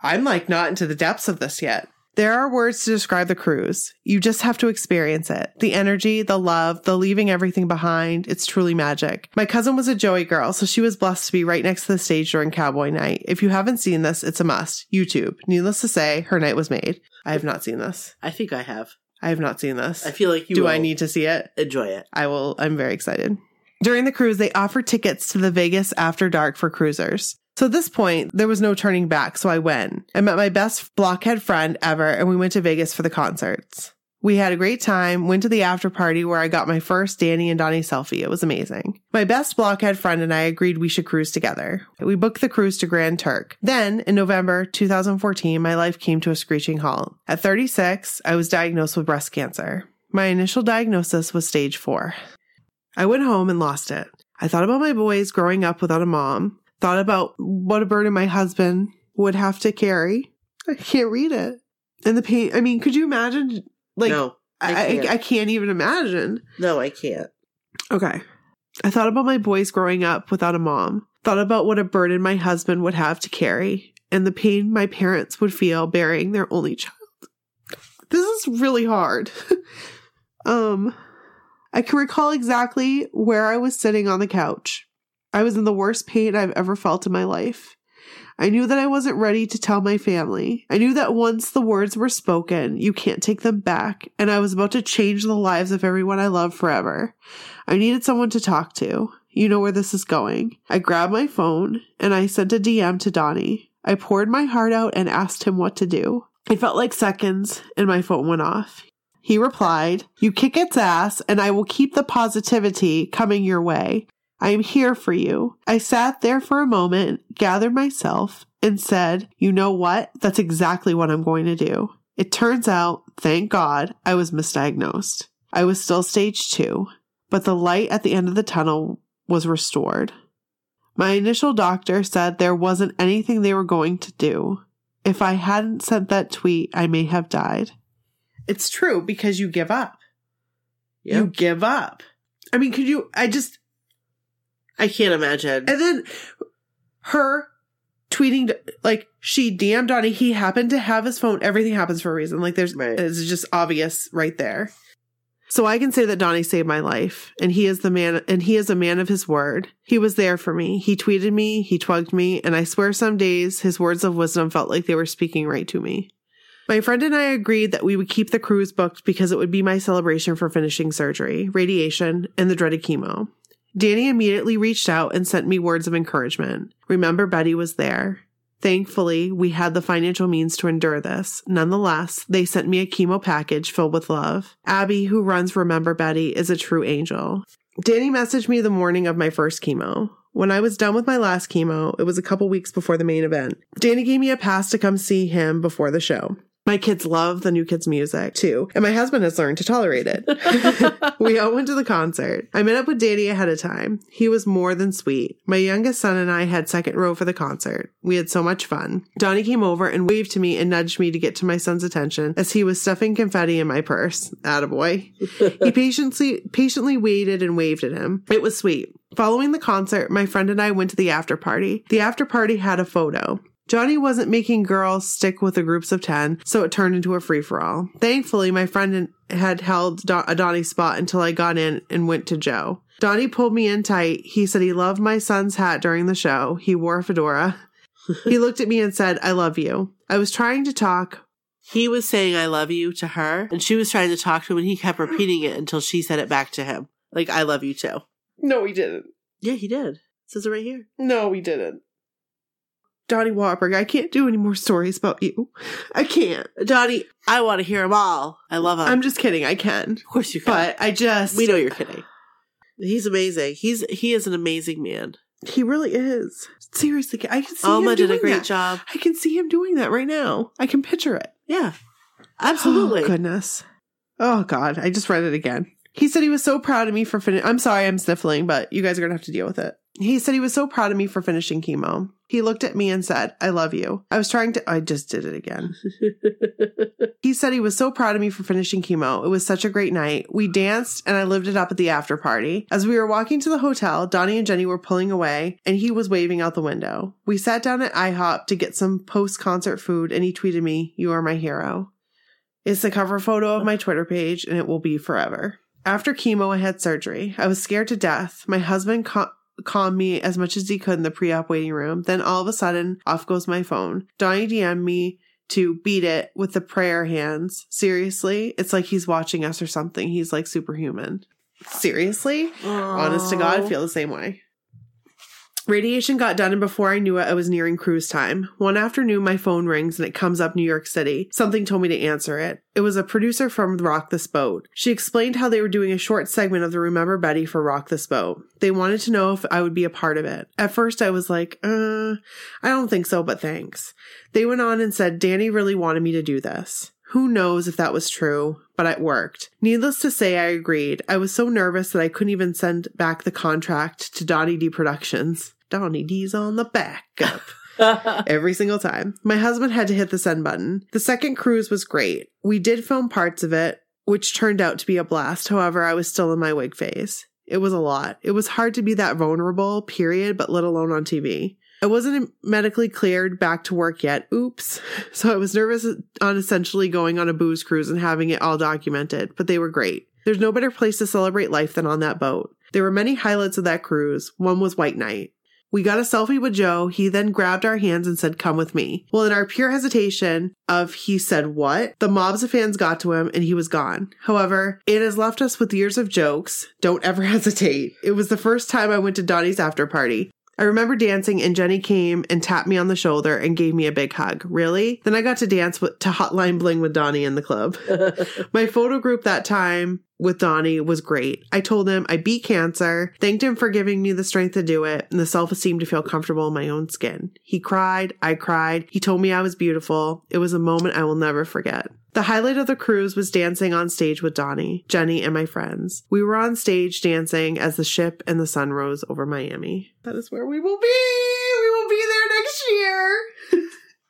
I'm like not into the depths of this yet. There are words to describe the cruise. You just have to experience it. The energy, the love, the leaving everything behind. It's truly magic. My cousin was a Joey girl, so she was blessed to be right next to the stage during Cowboy Night. If you haven't seen this, it's a must. YouTube. Needless to say, her night was made. I have not seen this.
I think I have.
I have not seen this.
I feel like you
Do
will
I need to see it?
enjoy it.
I will. I'm very excited. During the cruise, they offered tickets to the Vegas after dark for cruisers. So at this point, there was no turning back. So I went. I met my best blockhead friend ever, and we went to Vegas for the concerts. We had a great time, went to the after party where I got my first Danny and Donnie selfie. It was amazing. My best blockhead friend and I agreed we should cruise together. We booked the cruise to Grand Turk. Then, in November 2014, my life came to a screeching halt. At 36, I was diagnosed with breast cancer. My initial diagnosis was stage four. I went home and lost it. I thought about my boys growing up without a mom, thought about what a burden my husband would have to carry. I can't read it. And the pain, I mean, could you imagine? Like,
no.
I,
I can't.
I, I can't even imagine.
No, I can't.
Okay. I thought about my boys growing up without a mom, thought about what a burden my husband would have to carry, and the pain my parents would feel bearing their only child. This is really hard. um, I can recall exactly where I was sitting on the couch. I was in the worst pain I've ever felt in my life. I knew that I wasn't ready to tell my family. I knew that once the words were spoken, you can't take them back, and I was about to change the lives of everyone I love forever. I needed someone to talk to. You know where this is going. I grabbed my phone and I sent a DM to Donnie. I poured my heart out and asked him what to do. It felt like seconds and my phone went off. He replied, You kick its ass and I will keep the positivity coming your way. I am here for you. I sat there for a moment, gathered myself, and said, You know what? That's exactly what I'm going to do. It turns out, thank God, I was misdiagnosed. I was still stage two but the light at the end of the tunnel was restored. My initial doctor said there wasn't anything they were going to do. If I hadn't sent that tweet, I may have died. It's true because you give up.
Yeah.
You give up. I mean, could you? I just.
I can't imagine.
And then her tweeting, to- like, she DM'd Donnie. He happened to have his phone. Everything happens for a reason. Like, there's,
Right.
it's just obvious right there. So I can say that Donnie saved my life, and he is the man, and he is a man of his word. He was there for me. He tweeted me, he twigged me, and I swear some days his words of wisdom felt like they were speaking right to me. My friend and I agreed that we would keep the cruise booked because it would be my celebration for finishing surgery, radiation, and the dreaded chemo. Danny immediately reached out and sent me words of encouragement. Remember, Betty was there. Thankfully, we had the financial means to endure this. Nonetheless, they sent me a chemo package filled with love. Abby, who runs Remember Betty, is a true angel. Danny messaged me the morning of my first chemo. When I was done with my last chemo, it was a couple weeks before the main event. Danny gave me a pass to come see him before the show. My kids love the new kids' music too, and my husband has learned to tolerate it. we all went to the concert. I met up with Danny ahead of time. He was more than sweet. My youngest son and I had second row for the concert. We had so much fun. Donnie came over and waved to me and nudged me to get to my son's attention as he was stuffing confetti in my purse. Attaboy. he patiently patiently waited and waved at him. It was sweet. Following the concert, my friend and I went to the after party. The after party had a photo. Johnny wasn't making girls stick with the groups of 10, so it turned into a free for all. Thankfully, my friend had held Don- a Donnie spot until I got in and went to Joe. Donnie pulled me in tight. He said he loved my son's hat during the show. He wore a fedora. he looked at me and said, I love you. I was trying to talk.
He was saying I love you to her, and she was trying to talk to him, and he kept repeating it until she said it back to him. Like, I love you too.
No, he didn't.
Yeah, he did. It says it right here.
No, he didn't. Donnie Wahlberg, I can't do any more stories about you. I can't.
Donnie, I want to hear them all. I love him.
I'm just kidding. I can.
of course you can.
But I just.
Uh, we know you're kidding. He's amazing. He's he is an amazing man.
He really is. Seriously, I can see
Alma
him
did
doing
a great
that.
job.
I can see him doing that right now. I can picture it.
Yeah, absolutely.
Oh, goodness. Oh, God. I just read it again. He said he was so proud of me for finishing. I'm sorry I'm sniffling, but you guys are going to have to deal with it. He said he was so proud of me for finishing chemo. He looked at me and said, I love you. I was trying to. I just did it again. he said he was so proud of me for finishing chemo. It was such a great night. We danced and I lived it up at the after party. As we were walking to the hotel, Donnie and Jenny were pulling away and he was waving out the window. We sat down at IHOP to get some post concert food and he tweeted me, You are my hero. It's the cover photo of my Twitter page, and it will be forever. After chemo, I had surgery. I was scared to death. My husband ca- calmed me as much as he could in the pre op waiting room. Then all of a sudden, off goes my phone. Donnie DM'd me to beat it with the prayer hands. Seriously? It's like he's watching us or something. He's like superhuman. Seriously? Honest to God, I feel the same way. Radiation got done, and before I knew it, I was nearing cruise time. One afternoon, my phone rings and it comes up New York City. Something told me to answer it. It was a producer from Rock This Boat. She explained how they were doing a short segment of the Remember Betty for Rock This Boat. They wanted to know if I would be a part of it. At first, I was like, uh, I don't think so, but thanks. They went on and said Danny really wanted me to do this. Who knows if that was true, but it worked. Needless to say, I agreed. I was so nervous that I couldn't even send back the contract to Donnie D Productions. Donnie D's on the backup every single time. My husband had to hit the send button. The second cruise was great. We did film parts of it, which turned out to be a blast. However, I was still in my wig phase. It was a lot. It was hard to be that vulnerable, period, but let alone on TV. I wasn't medically cleared back to work yet. Oops. So I was nervous on essentially going on a booze cruise and having it all documented, but they were great. There's no better place to celebrate life than on that boat. There were many highlights of that cruise. One was White Night. We got a selfie with Joe. He then grabbed our hands and said, Come with me. Well, in our pure hesitation of he said what, the mobs of fans got to him and he was gone. However, it has left us with years of jokes. Don't ever hesitate. It was the first time I went to Donnie's after party. I remember dancing and Jenny came and tapped me on the shoulder and gave me a big hug. Really? Then I got to dance with, to Hotline Bling with Donnie in the club. My photo group that time with Donnie was great. I told him I beat cancer, thanked him for giving me the strength to do it, and the self esteem to feel comfortable in my own skin. He cried, I cried, he told me I was beautiful. It was a moment I will never forget. The highlight of the cruise was dancing on stage with Donnie, Jenny, and my friends. We were on stage dancing as the ship and the sun rose over Miami. That is where we will be! We will be there next year!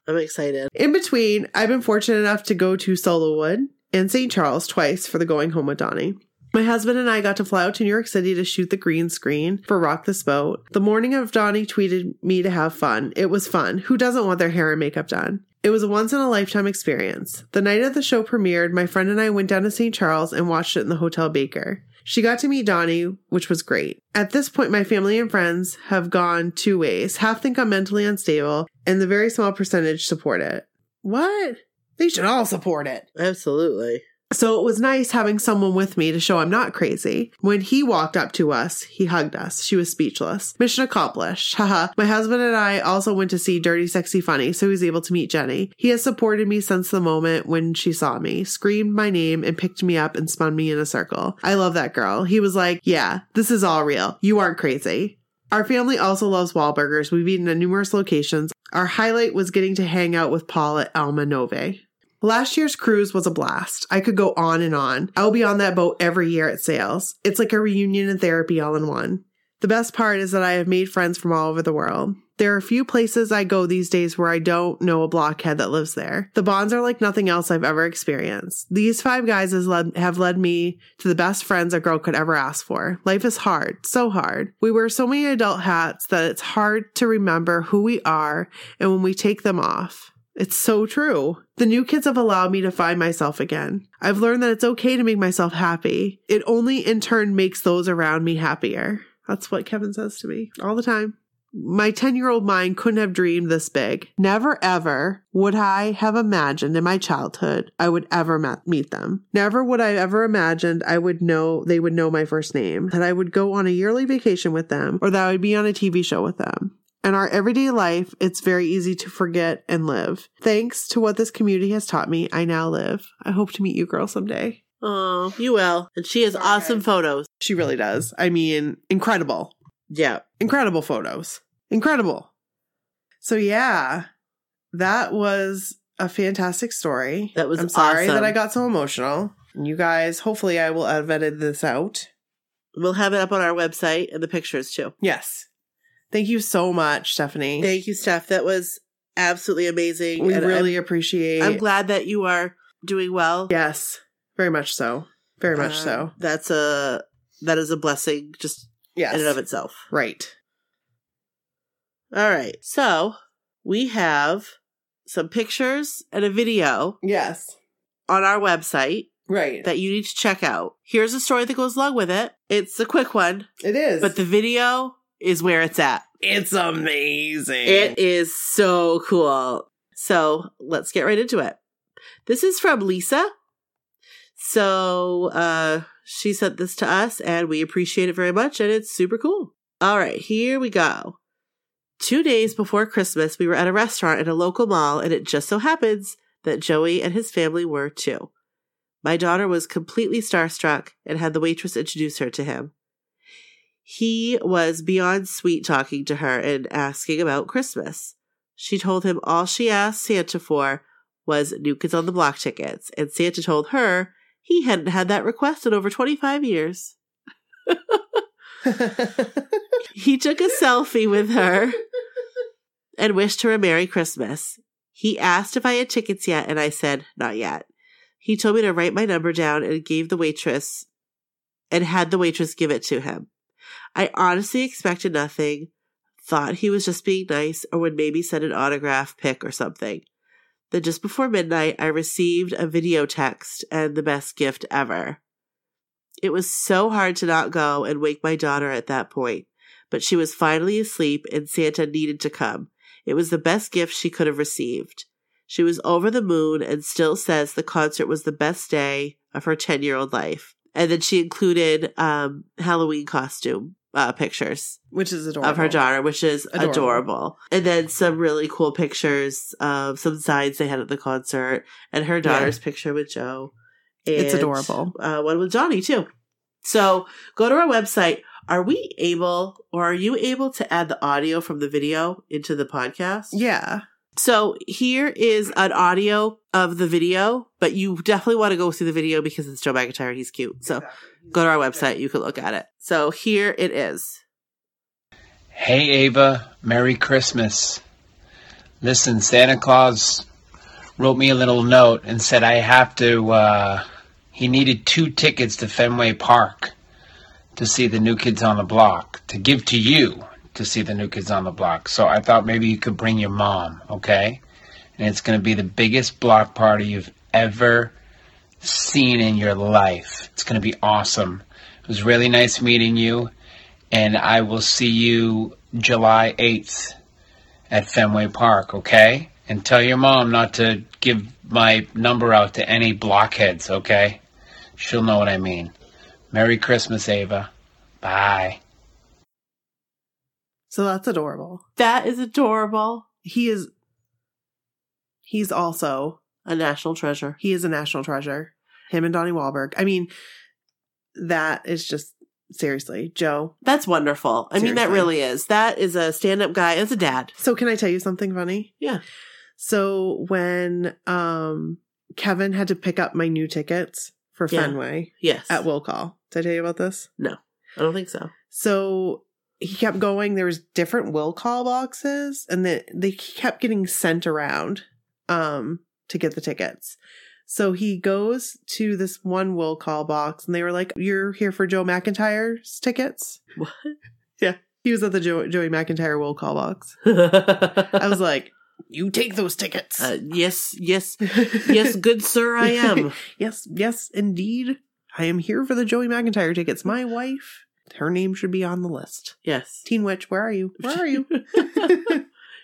I'm excited.
In between, I've been fortunate enough to go to Solowood and St. Charles twice for the Going Home with Donnie. My husband and I got to fly out to New York City to shoot the green screen for Rock This Boat. The morning of Donnie tweeted me to have fun. It was fun. Who doesn't want their hair and makeup done? It was a once in a lifetime experience. The night of the show premiered, my friend and I went down to St. Charles and watched it in the Hotel Baker. She got to meet Donnie, which was great. At this point, my family and friends have gone two ways. Half think I'm mentally unstable, and the very small percentage support it. What? They should all support it.
Absolutely.
So it was nice having someone with me to show I'm not crazy. When he walked up to us, he hugged us. She was speechless. Mission accomplished. Haha. My husband and I also went to see Dirty Sexy Funny, so he was able to meet Jenny. He has supported me since the moment when she saw me, screamed my name, and picked me up and spun me in a circle. I love that girl. He was like, Yeah, this is all real. You aren't crazy. Our family also loves Wahlburgers. We've eaten at numerous locations. Our highlight was getting to hang out with Paul at Alma Nove. Last year's cruise was a blast. I could go on and on. I'll be on that boat every year at sales. It's like a reunion and therapy all in one. The best part is that I have made friends from all over the world. There are few places I go these days where I don't know a blockhead that lives there. The bonds are like nothing else I've ever experienced. These five guys has led, have led me to the best friends a girl could ever ask for. Life is hard, so hard. We wear so many adult hats that it's hard to remember who we are and when we take them off. It's so true. The new kids have allowed me to find myself again. I've learned that it's okay to make myself happy. It only in turn makes those around me happier. That's what Kevin says to me all the time. My 10 year old mind couldn't have dreamed this big. Never ever would I have imagined in my childhood I would ever ma- meet them. Never would I ever imagined I would know they would know my first name, that I would go on a yearly vacation with them, or that I would be on a TV show with them. In our everyday life, it's very easy to forget and live. Thanks to what this community has taught me, I now live. I hope to meet you, girl, someday.
Oh, you will. And she has
Sorry.
awesome photos.
She really does. I mean, incredible.
Yeah.
incredible photos. Incredible. So yeah, that was a fantastic story.
That was
I'm sorry
awesome.
that I got so emotional. And You guys, hopefully I will have edited this out.
We'll have it up on our website and the pictures too.
Yes. Thank you so much, Stephanie.
Thank you, Steph. That was absolutely amazing.
we
And
really appreciate
I'm, I'm glad that you are doing well.
Yes. Very much so. Very much
Um,
so.
That's a that is a blessing just
Yes.
in and of itself.
Right.
All right. So we have some pictures and a video
Yes.
on our website
Right.
that you need to check out. Here's a story that goes along with it. It's a quick one,
it is.
but the video is where it's at.
it's amazing.
It is so cool. So let's get right into it. This is from Lisa. So uh, she sent this to us, and we appreciate it very much, and it's super cool. All right, here we go. Two days before Christmas, we were at a restaurant in a local mall, and it just so happens that Joey and his family were too. My daughter was completely starstruck and had the waitress introduce her to him he was beyond sweet talking to her and asking about Christmas. She told him all she asked Santa for was New Kids on the Block tickets, and Santa told her he hadn't had that request in over 25 years. He took a selfie with her and wished her a Merry Christmas. He asked if I had tickets yet, and I said, not yet. He told me to write my number down and gave the waitress and had the waitress give it to him. I honestly expected nothing, thought he was just being nice or would maybe send an autograph pic or something. Then just before midnight, I received a video text and the best gift ever. It was so hard to not go and wake my daughter at that point but she was finally asleep and Santa needed to come. It was the best gift she could have received. She was over the moon and still says the concert was the best day of her 10 year old life. And then she included um, Halloween costume uh, pictures
Which is adorable.
of her daughter, which is
Adorable.
adorable. And then some really cool pictures of some signs they had at the concert and her daughter's picture with Joe.
It's
and,
adorable.
Uh, one with Johnny too. So go to our website. Are we able or are you able to add the audio from the video into the podcast?
Yeah.
So here is an audio of the video, but you definitely want to go see the video because it's Joe McIntyre and he's cute. So go to our website. You can look at it. So here it is.
Hey Ava, Merry Christmas. Listen, Santa Claus wrote me a little note and said I have to, uh, he needed two tickets to Fenway Park to see the new kids on the block, to give to you to see the new kids on the block. So I thought maybe you could bring your mom, okay? And it's going to be the biggest block party you've ever seen in your life. It's going to be awesome. It was really nice meeting you and I will see you July 8th at Fenway Park, okay? And tell your mom not to give my number out to any blockheads, okay? She'll know what I mean. Merry Christmas, Ava. Bye.
So that's adorable.
That is adorable.
He is he's also
A national treasure.
He is a national treasure. Him and Donnie Wahlberg. I mean, that is just seriously, Joe.
That's wonderful. I mean, that
Seriously.
really is. That is a stand up guy as a dad.
So can I tell you something funny?
Yeah.
So when um Kevin had to pick up my new tickets for
Yeah.
Fenway
Yes.
at Will Call. Did I tell you about this?
I don't think so.
So he kept going. There was different will call boxes, and they they kept getting sent around um, to get the tickets. So he goes to this one will call box, and they were like, "You're here for Joe McIntyre's tickets."
What?
He was at the Joe, Joey McIntyre will call box. I
I
was like, "You take those tickets."
uh, yes, yes, yes, good sir, I am.
yes, yes, indeed. I am here for the Joey McIntyre tickets. My wife, her name should be on the list.
Yes.
Teen Witch, where are you? Where are you?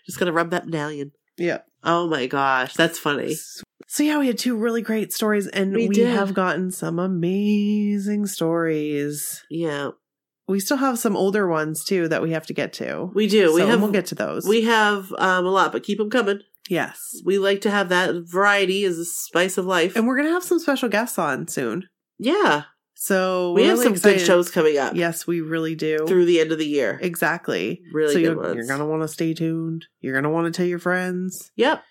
Just gonna rub that medallion.
yeah.
Oh my gosh, that's funny.
So yeah, we had two really great stories, and we,
We did.
have gotten some amazing stories.
Yeah,
We still have some older ones too that we have to get to.
we do. we
So
have
we'll get to those.
we have um, a lot, but keep them coming.
yes,
We like to have that variety is the spice of life.
and we're gonna have some special guests on soon.
yeah,
So
we
we're
have
really
some
excited.
good shows coming up
Yes, we really do.
through the end of the year.
exactly.
Really
so
good
you're,
ones.
you're gonna want to stay tuned. You're gonna want to tell your friends,
Yep,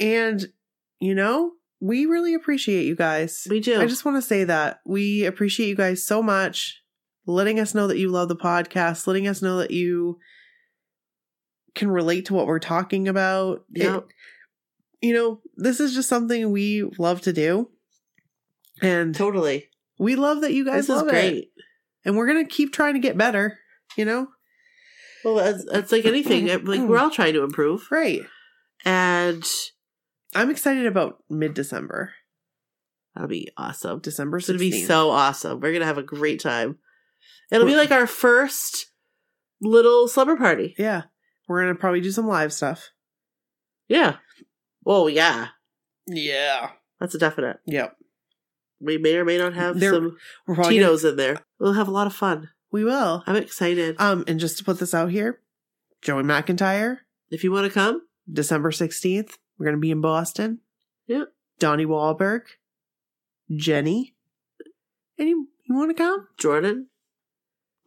and you know we really appreciate you guys.
we do.
I just want to say that we appreciate you guys so much letting us know that you love the podcast, letting us know that you can relate to what we're talking about. It-
Yep.
you know, this is just something we love to do. And
totally.
we love that you guys
This is
love
great.
it. And we're going to keep trying to get better, you know?
Well, that's, that's like anything. It- Like we're all trying to improve,
Right.
and
I'm excited about mid December,
that'll be awesome.
December 16th.
It's gonna be so awesome. We're gonna have a great time. It'll be like our first little slumber party.
Yeah. We're going to probably do some live stuff.
Yeah. Oh yeah,
Yeah.
that's a definite.
Yep.
We may or may not have
There-
some
We're probably gonna-
Tito's in there. We'll have a lot of fun.
we will.
I'm excited.
Um, and just to put this out here, Joey McIntyre,
if you want to come,
December 16th, we're going to be in Boston.
Yep.
Donnie Wahlberg, Jenny. Any, you want to come?
Jordan,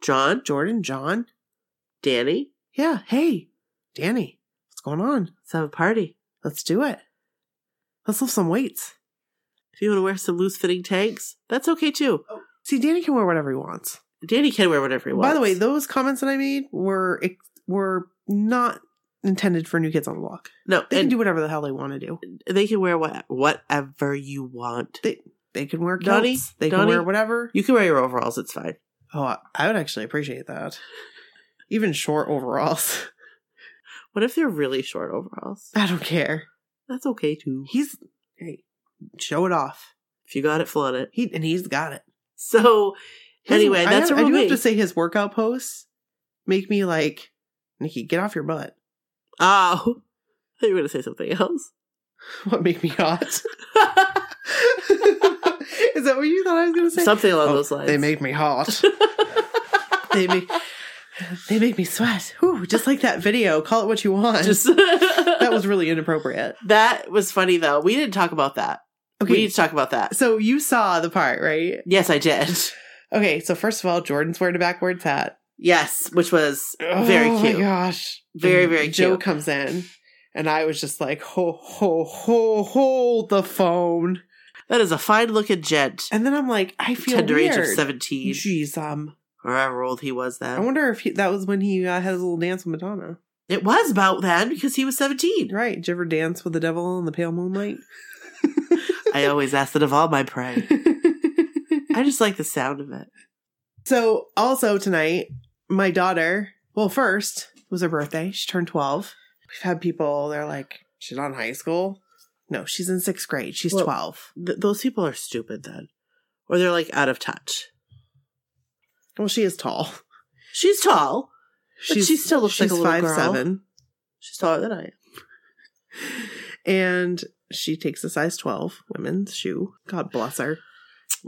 John,
Jordan, John.
Danny,
Yeah. Hey, Danny, what's going on?
let's have a party.
Let's do it. Let's lift some weights.
If you want to wear some loose fitting tanks, that's okay too.
See, Danny can wear whatever he wants.
Danny can wear whatever he wants.
By the way, those comments that I made were ex- were not intended for new kids on the block.
no,
They
and
can do whatever the hell they want to do.
they can wear what, whatever you want.
They can wear kilts.
Donnie,
they can
Donnie,
wear whatever.
You can wear your overalls. It's fine.
Oh, I- I would actually appreciate that. Even short overalls.
What if they're really short overalls?
I don't care.
That's okay too.
He's hey, show it off.
If you got it, flaunt it.
He and he's got it.
So oh,
His-
Anyway,
I
that's
have-
a real
I do have
me.
to say his workout posts make me like, Nikki, get off your butt.
Oh, you were going to say something else.
What make me hot? Is that what you thought I was gonna say?
something along
Oh,
those lines.
They make me hot. they make they make me sweat. Whew, just like that video. Call it what you want.
Just
that was really inappropriate.
that was funny though. We didn't talk about that.
Okay.
We need to talk about that.
so you saw the part, right?
Yes, I did.
Okay, so first of all, Jordan's wearing a backwards hat.
Yes, which was very
oh
cute.
my gosh.
Very,
And
very
Joe
cute.
comes in and I was just like, ho ho ho hold the phone.
That is a fine looking gent.
And then I'm like, I feel
Tender
weird.
age of seventeen,
Jeez, um
or however old he was
I
then.
wonder if he, that was when he uh, had his little dance with Madonna.
it was about then because he was seventeen.
Right. Did you ever dance with the devil in the pale moonlight?
I always ask that of all my prey. I just like the sound of it.
so also tonight, my daughter, well, first was her birthday. She turned twelve. We've had people, they're like, She's not in high school. No, she's in sixth grade. She's
Well,
twelve.
Th- those people are stupid then, or they're like out of touch.
Well, she is tall.
She's tall. But she still looks like a little girl.
seven,
She's taller than I am.
and she takes a size twelve women's shoe. God bless her.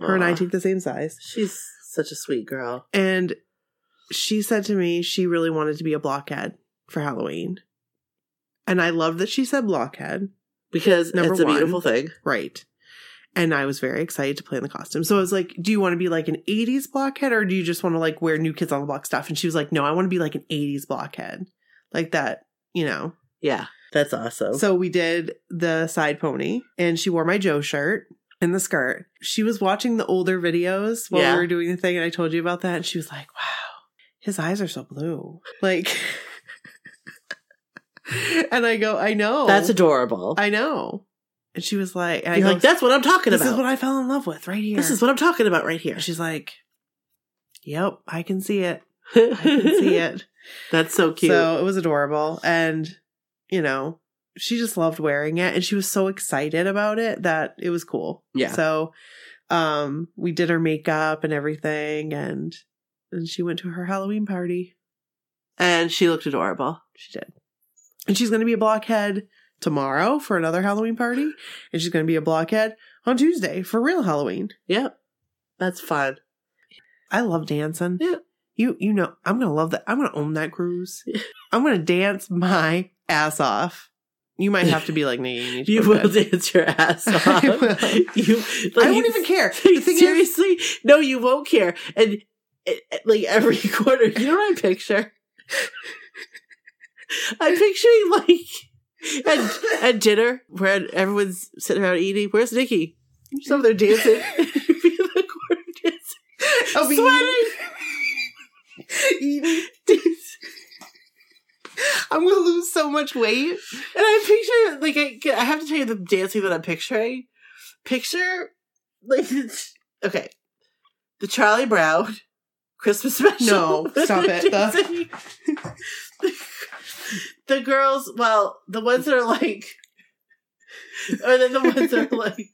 Her and I
Aw,
take the same size.
She's such a sweet girl.
And she said to me she really wanted to be a blockhead for Halloween. And I love that she said blockhead.
Because
Number
it's a
one.
beautiful thing.
Right. And I was very excited to play in the costume. So I was like, Do you want to be like an 80s blockhead or do you just want to like wear new kids on the block stuff? And she was like, No, I want to be like an 80s blockhead. Like that, you know,
Yeah. That's awesome.
So we did the side pony, and she wore my Joe shirt and the skirt. She was watching the older videos while
Yeah.
we were doing the thing, and I told you about that. And she was like, "Wow, his eyes are so blue." Like, and I go, "I know,
that's adorable.
I know." And she was like, and I
You're
go,
like, that's what I'm talking
"This
about.
is what I fell in love with right here."
this is what I'm talking about right here.
And she's like, "Yep, I can see it. I can see it."
That's so cute.
So it was adorable. And, you know, she just loved wearing it and she was so excited about it that it was cool.
Yeah.
So um we did her makeup and everything and and she went to her Halloween party.
and she looked adorable.
She did. And she's gonna be a blockhead tomorrow for another Halloween party. And she's gonna be a blockhead on Tuesday for real Halloween.
Yep. That's fun.
I love dancing.
Yeah.
You you know, I'm gonna love that. I'm gonna own that cruise. I'm gonna dance my ass off. You might have to be like Nikki. You, need to
You
go
will
to bed."
dance your ass
I
off.
will.
You,
I
like,
won't
you-
even care. The thing is,
seriously, no, you won't care. And it, it- like every quarter, you know what I picture? I'm picturing like at, at dinner where everyone's sitting around eating. Where's Nikki? She's over there dancing. Be in the corner dancing.
I'll be eating- eating. I'm gonna lose so much weight.
And I'm picturing like I, I have to tell you the dancing that I'm picturing. Picture like it's- okay, the Charlie Brown Christmas special.
No, stop it. The-
the girls, well, the ones that are like, or then the ones that are like,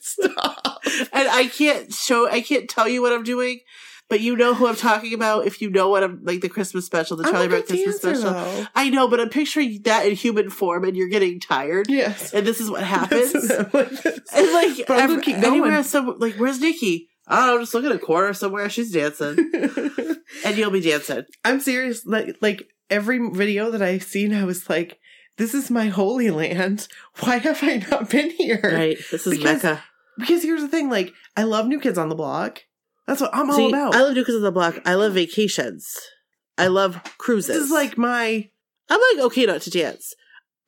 Stop.
and I can't show, I can't tell you what I'm doing, but you know who I'm talking about if you know what I'm like the Christmas special, the
I'm
Charlie
a
Brown
good
Christmas
dancer,
special.
though.
I know, but I'm picturing that in human form, and you're getting tired,
Yes.
and this is what happens. and
That's-
like,
But I'm
every,
gonna keep going.
anywhere, some, like, where's Nikki? I don't know, just look at a corner somewhere. She's dancing, and you'll be dancing.
I'm serious. Like, like every video that I've seen, I was like, "This is my holy land. Why have I not been here?"
Right, this is
Because
Mecca.
Because here's the thing: like, I love New Kids on the Block. That's what I'm all
See,
about.
I love New Kids on the Block. I love vacations. I love cruises.
this is like my
I'm like okay not to dance.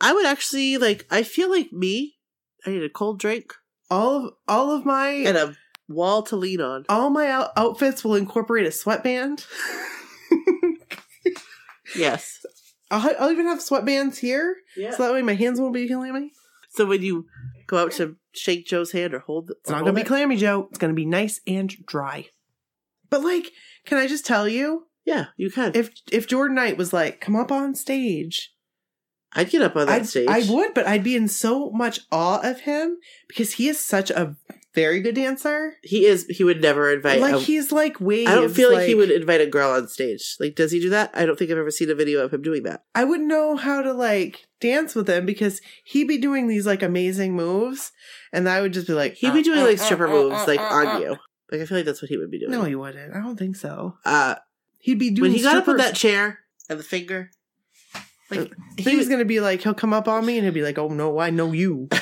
I would actually like. I feel like me. I need a cold drink
all of all of my
and a wall to lean on.
all my out- outfits will incorporate a sweatband.
Yes.
I'll, ha- I'll even have sweatbands here,
Yeah.
so that way my hands won't be clammy.
So when you go out to shake Joe's hand or hold,
It's not
or
gonna
hold
be
it-
clammy, Joe. It's gonna be nice and dry. But like, can I just tell you,
Yeah, you can.
if if Jordan Knight was like, "Come up on stage,"
I'd get up on that
I'd,
stage.
I would, but I'd be in so much awe of him because he is such a very good dancer.
He is. He would never invite.
like
a-
he's like waves.
I don't feel like, he would invite a girl on stage. Like, does he do that? I don't think I've ever seen a video of him doing that.
I wouldn't know how to like dance with him because he'd be doing these like amazing moves, and I would just be like,
He'd be doing
uh,
like
uh,
stripper
uh,
moves,
uh,
like
uh,
on
uh.
you. Like, I feel like that's what he would be doing.
No, he wouldn't. I don't think so.
uh,
He'd be doing
when he got up on
stripper-
that chair and the finger, like
Then
he
he's
was.
gonna be like, he'll come up on me and he'll be like, "Oh no, I know you.
I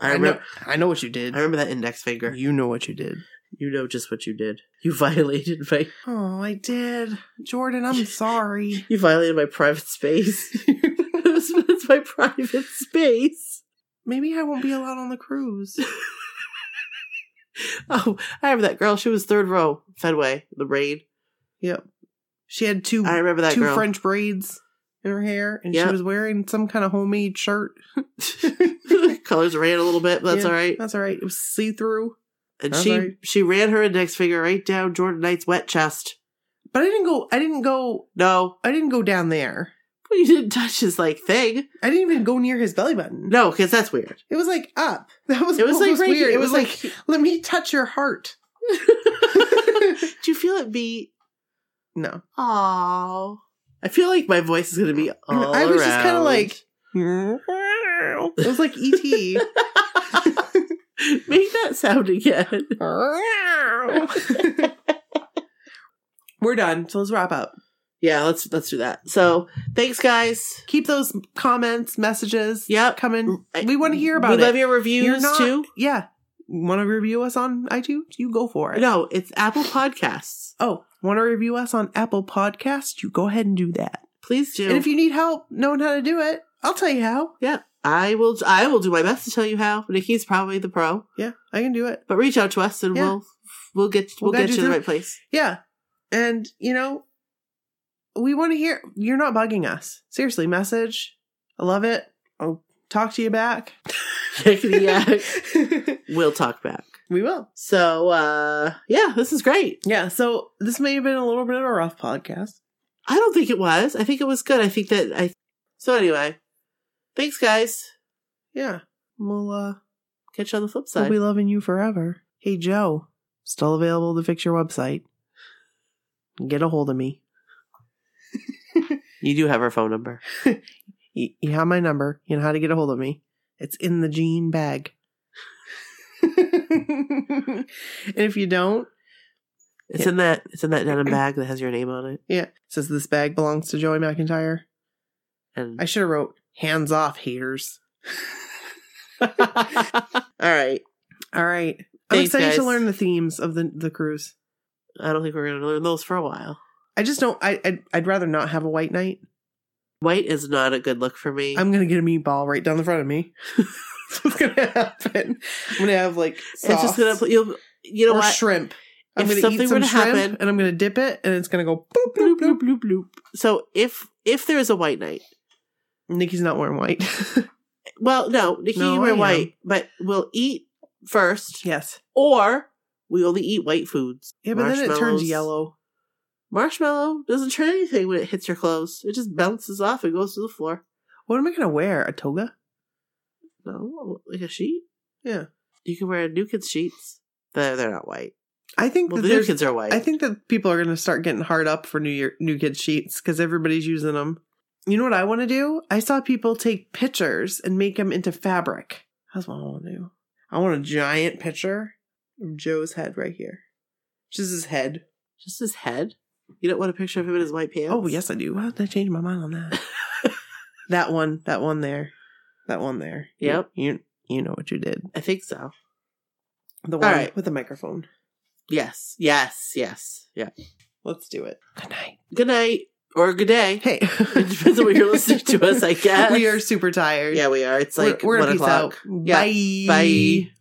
I know,
remember.
I know what you did.
I remember that index finger.
You know what you did."
You know just what you did. You violated my.
Oh, I did, Jordan. I'm sorry.
You violated my private space. That's my private space.
Maybe I won't be allowed on the cruise.
Oh, I remember that girl. She was third row, Fenway, the rain.
Yep. She had two
I remember that
two
girl.
French braids in her hair, and
Yep.
she was wearing some kind of homemade shirt.
Colors ran a little bit, but that's
Yeah,
all right.
That's all right. It was see through.
And
That's
she
right.
she ran her index finger right down Jordan Knight's wet chest.
But I didn't go. I didn't go.
No,
I didn't go down there.
but you didn't touch his like thing.
I didn't even go near his belly button.
No, because that's weird.
It was like up. That was
It was
what
like right
weird.
here.
It, was, like, let me touch your heart.
Do you feel it beat?
No,
Aww. I feel like my voice is gonna be all
I was just kind of
around.
like. It was like E ET.
make that sound again.
We're done. So let's wrap up.
Yeah, let's let's do that. So thanks, guys.
Keep those comments, messages
Yep.
coming. We want to hear about
we
it.
love your reviews
You're not-
too.
Yeah. Want to review us on iTunes? You go for it.
No, it's Apple Podcasts.
Oh, want to review us on Apple Podcasts? You go ahead and do that.
Please do.
And if you need help knowing how to do it, I'll tell you how.
Yeah. I will I will do my best to tell you how. Nikki's probably the pro.
Yeah, I can do it.
But reach out to us and
Yeah.
we'll we'll get we'll,
We'll guide
get you
you
to the
through.
right place.
Yeah. And, you know, we want to hear, you're not bugging us. Seriously, message. I love it. I'll talk to you back.
yeah. We'll talk back.
we will.
So uh yeah, this is great.
Yeah. So this may have been a little bit of a rough podcast.
I don't think it was. I think it was good. I think that I So anyway. Thanks guys.
Yeah. We'll, uh,
Catch you on the flip
we'll
side.
be loving you forever. Hey, Joe, still available to fix your website. Get a hold of me.
you do have our phone number.
You, you have my number. You know how to get a hold of me. It's in the jean bag. and if you don't,
It's
Yeah.
in that it's in that denim bag that has your name on it.
yeah, it says this bag belongs to Joey McIntyre.
And
I should have wrote hands off haters.
All right.
All right. I'm
Thanks,
excited to
guys.
learn the themes of the the cruise.
I don't think we're going to learn those for a while.
I just don't I I'd, I'd rather not have a white night.
White is not a good look for me.
I'm going to get a meatball right down the front of me. That's what's going to happen. I'm going to have like sauce
it's just going to you'll you know
or
what?
shrimp. I'm
If
going to
something
eat some
were to
shrimp
happen-
and I'm going to dip it and it's going to go boop bloop
Bloop, bloop,
bloop.
bloop, bloop. So if if there is a white night,
Nikki's not wearing white.
well, no, Nikki,
No,
you wear
I am.
white, but we'll eat first,
yes.
or we only eat white foods.
Yeah, but then it turns
Marshmallows.
yellow.
Marshmallow doesn't turn anything when it hits your clothes; it just bounces off and goes to the floor.
What am I going to wear? A toga?
No, like a sheet.
Yeah.
you can wear new kids sheets. They're they're not white.
I think
Well,
that
the new
there's
kids are white.
I think that people are going to start getting hard up for new year new kid sheets because everybody's using them. You know what I want to do? I saw people take pictures and make them into fabric. That's what I want to do. I want a giant picture of Joe's head right here, just his head.
just his head. You don't want a picture of him in his white pants.
Oh yes, I do. Why did I change my mind on that? that one, that one there, that one there. You-
Yep.
You you know what you did.
I think so.
The one
right.
with the microphone.
Yes, yes, yes. Yeah.
Let's do it. Good night.
Good night or good day.
Hey,
It depends on when you're listening to us, I guess.
We are super tired.
Yeah, we are. It's like
we're, we're
one
gonna peace
o'clock.
out.
Yeah.
Bye.
Bye.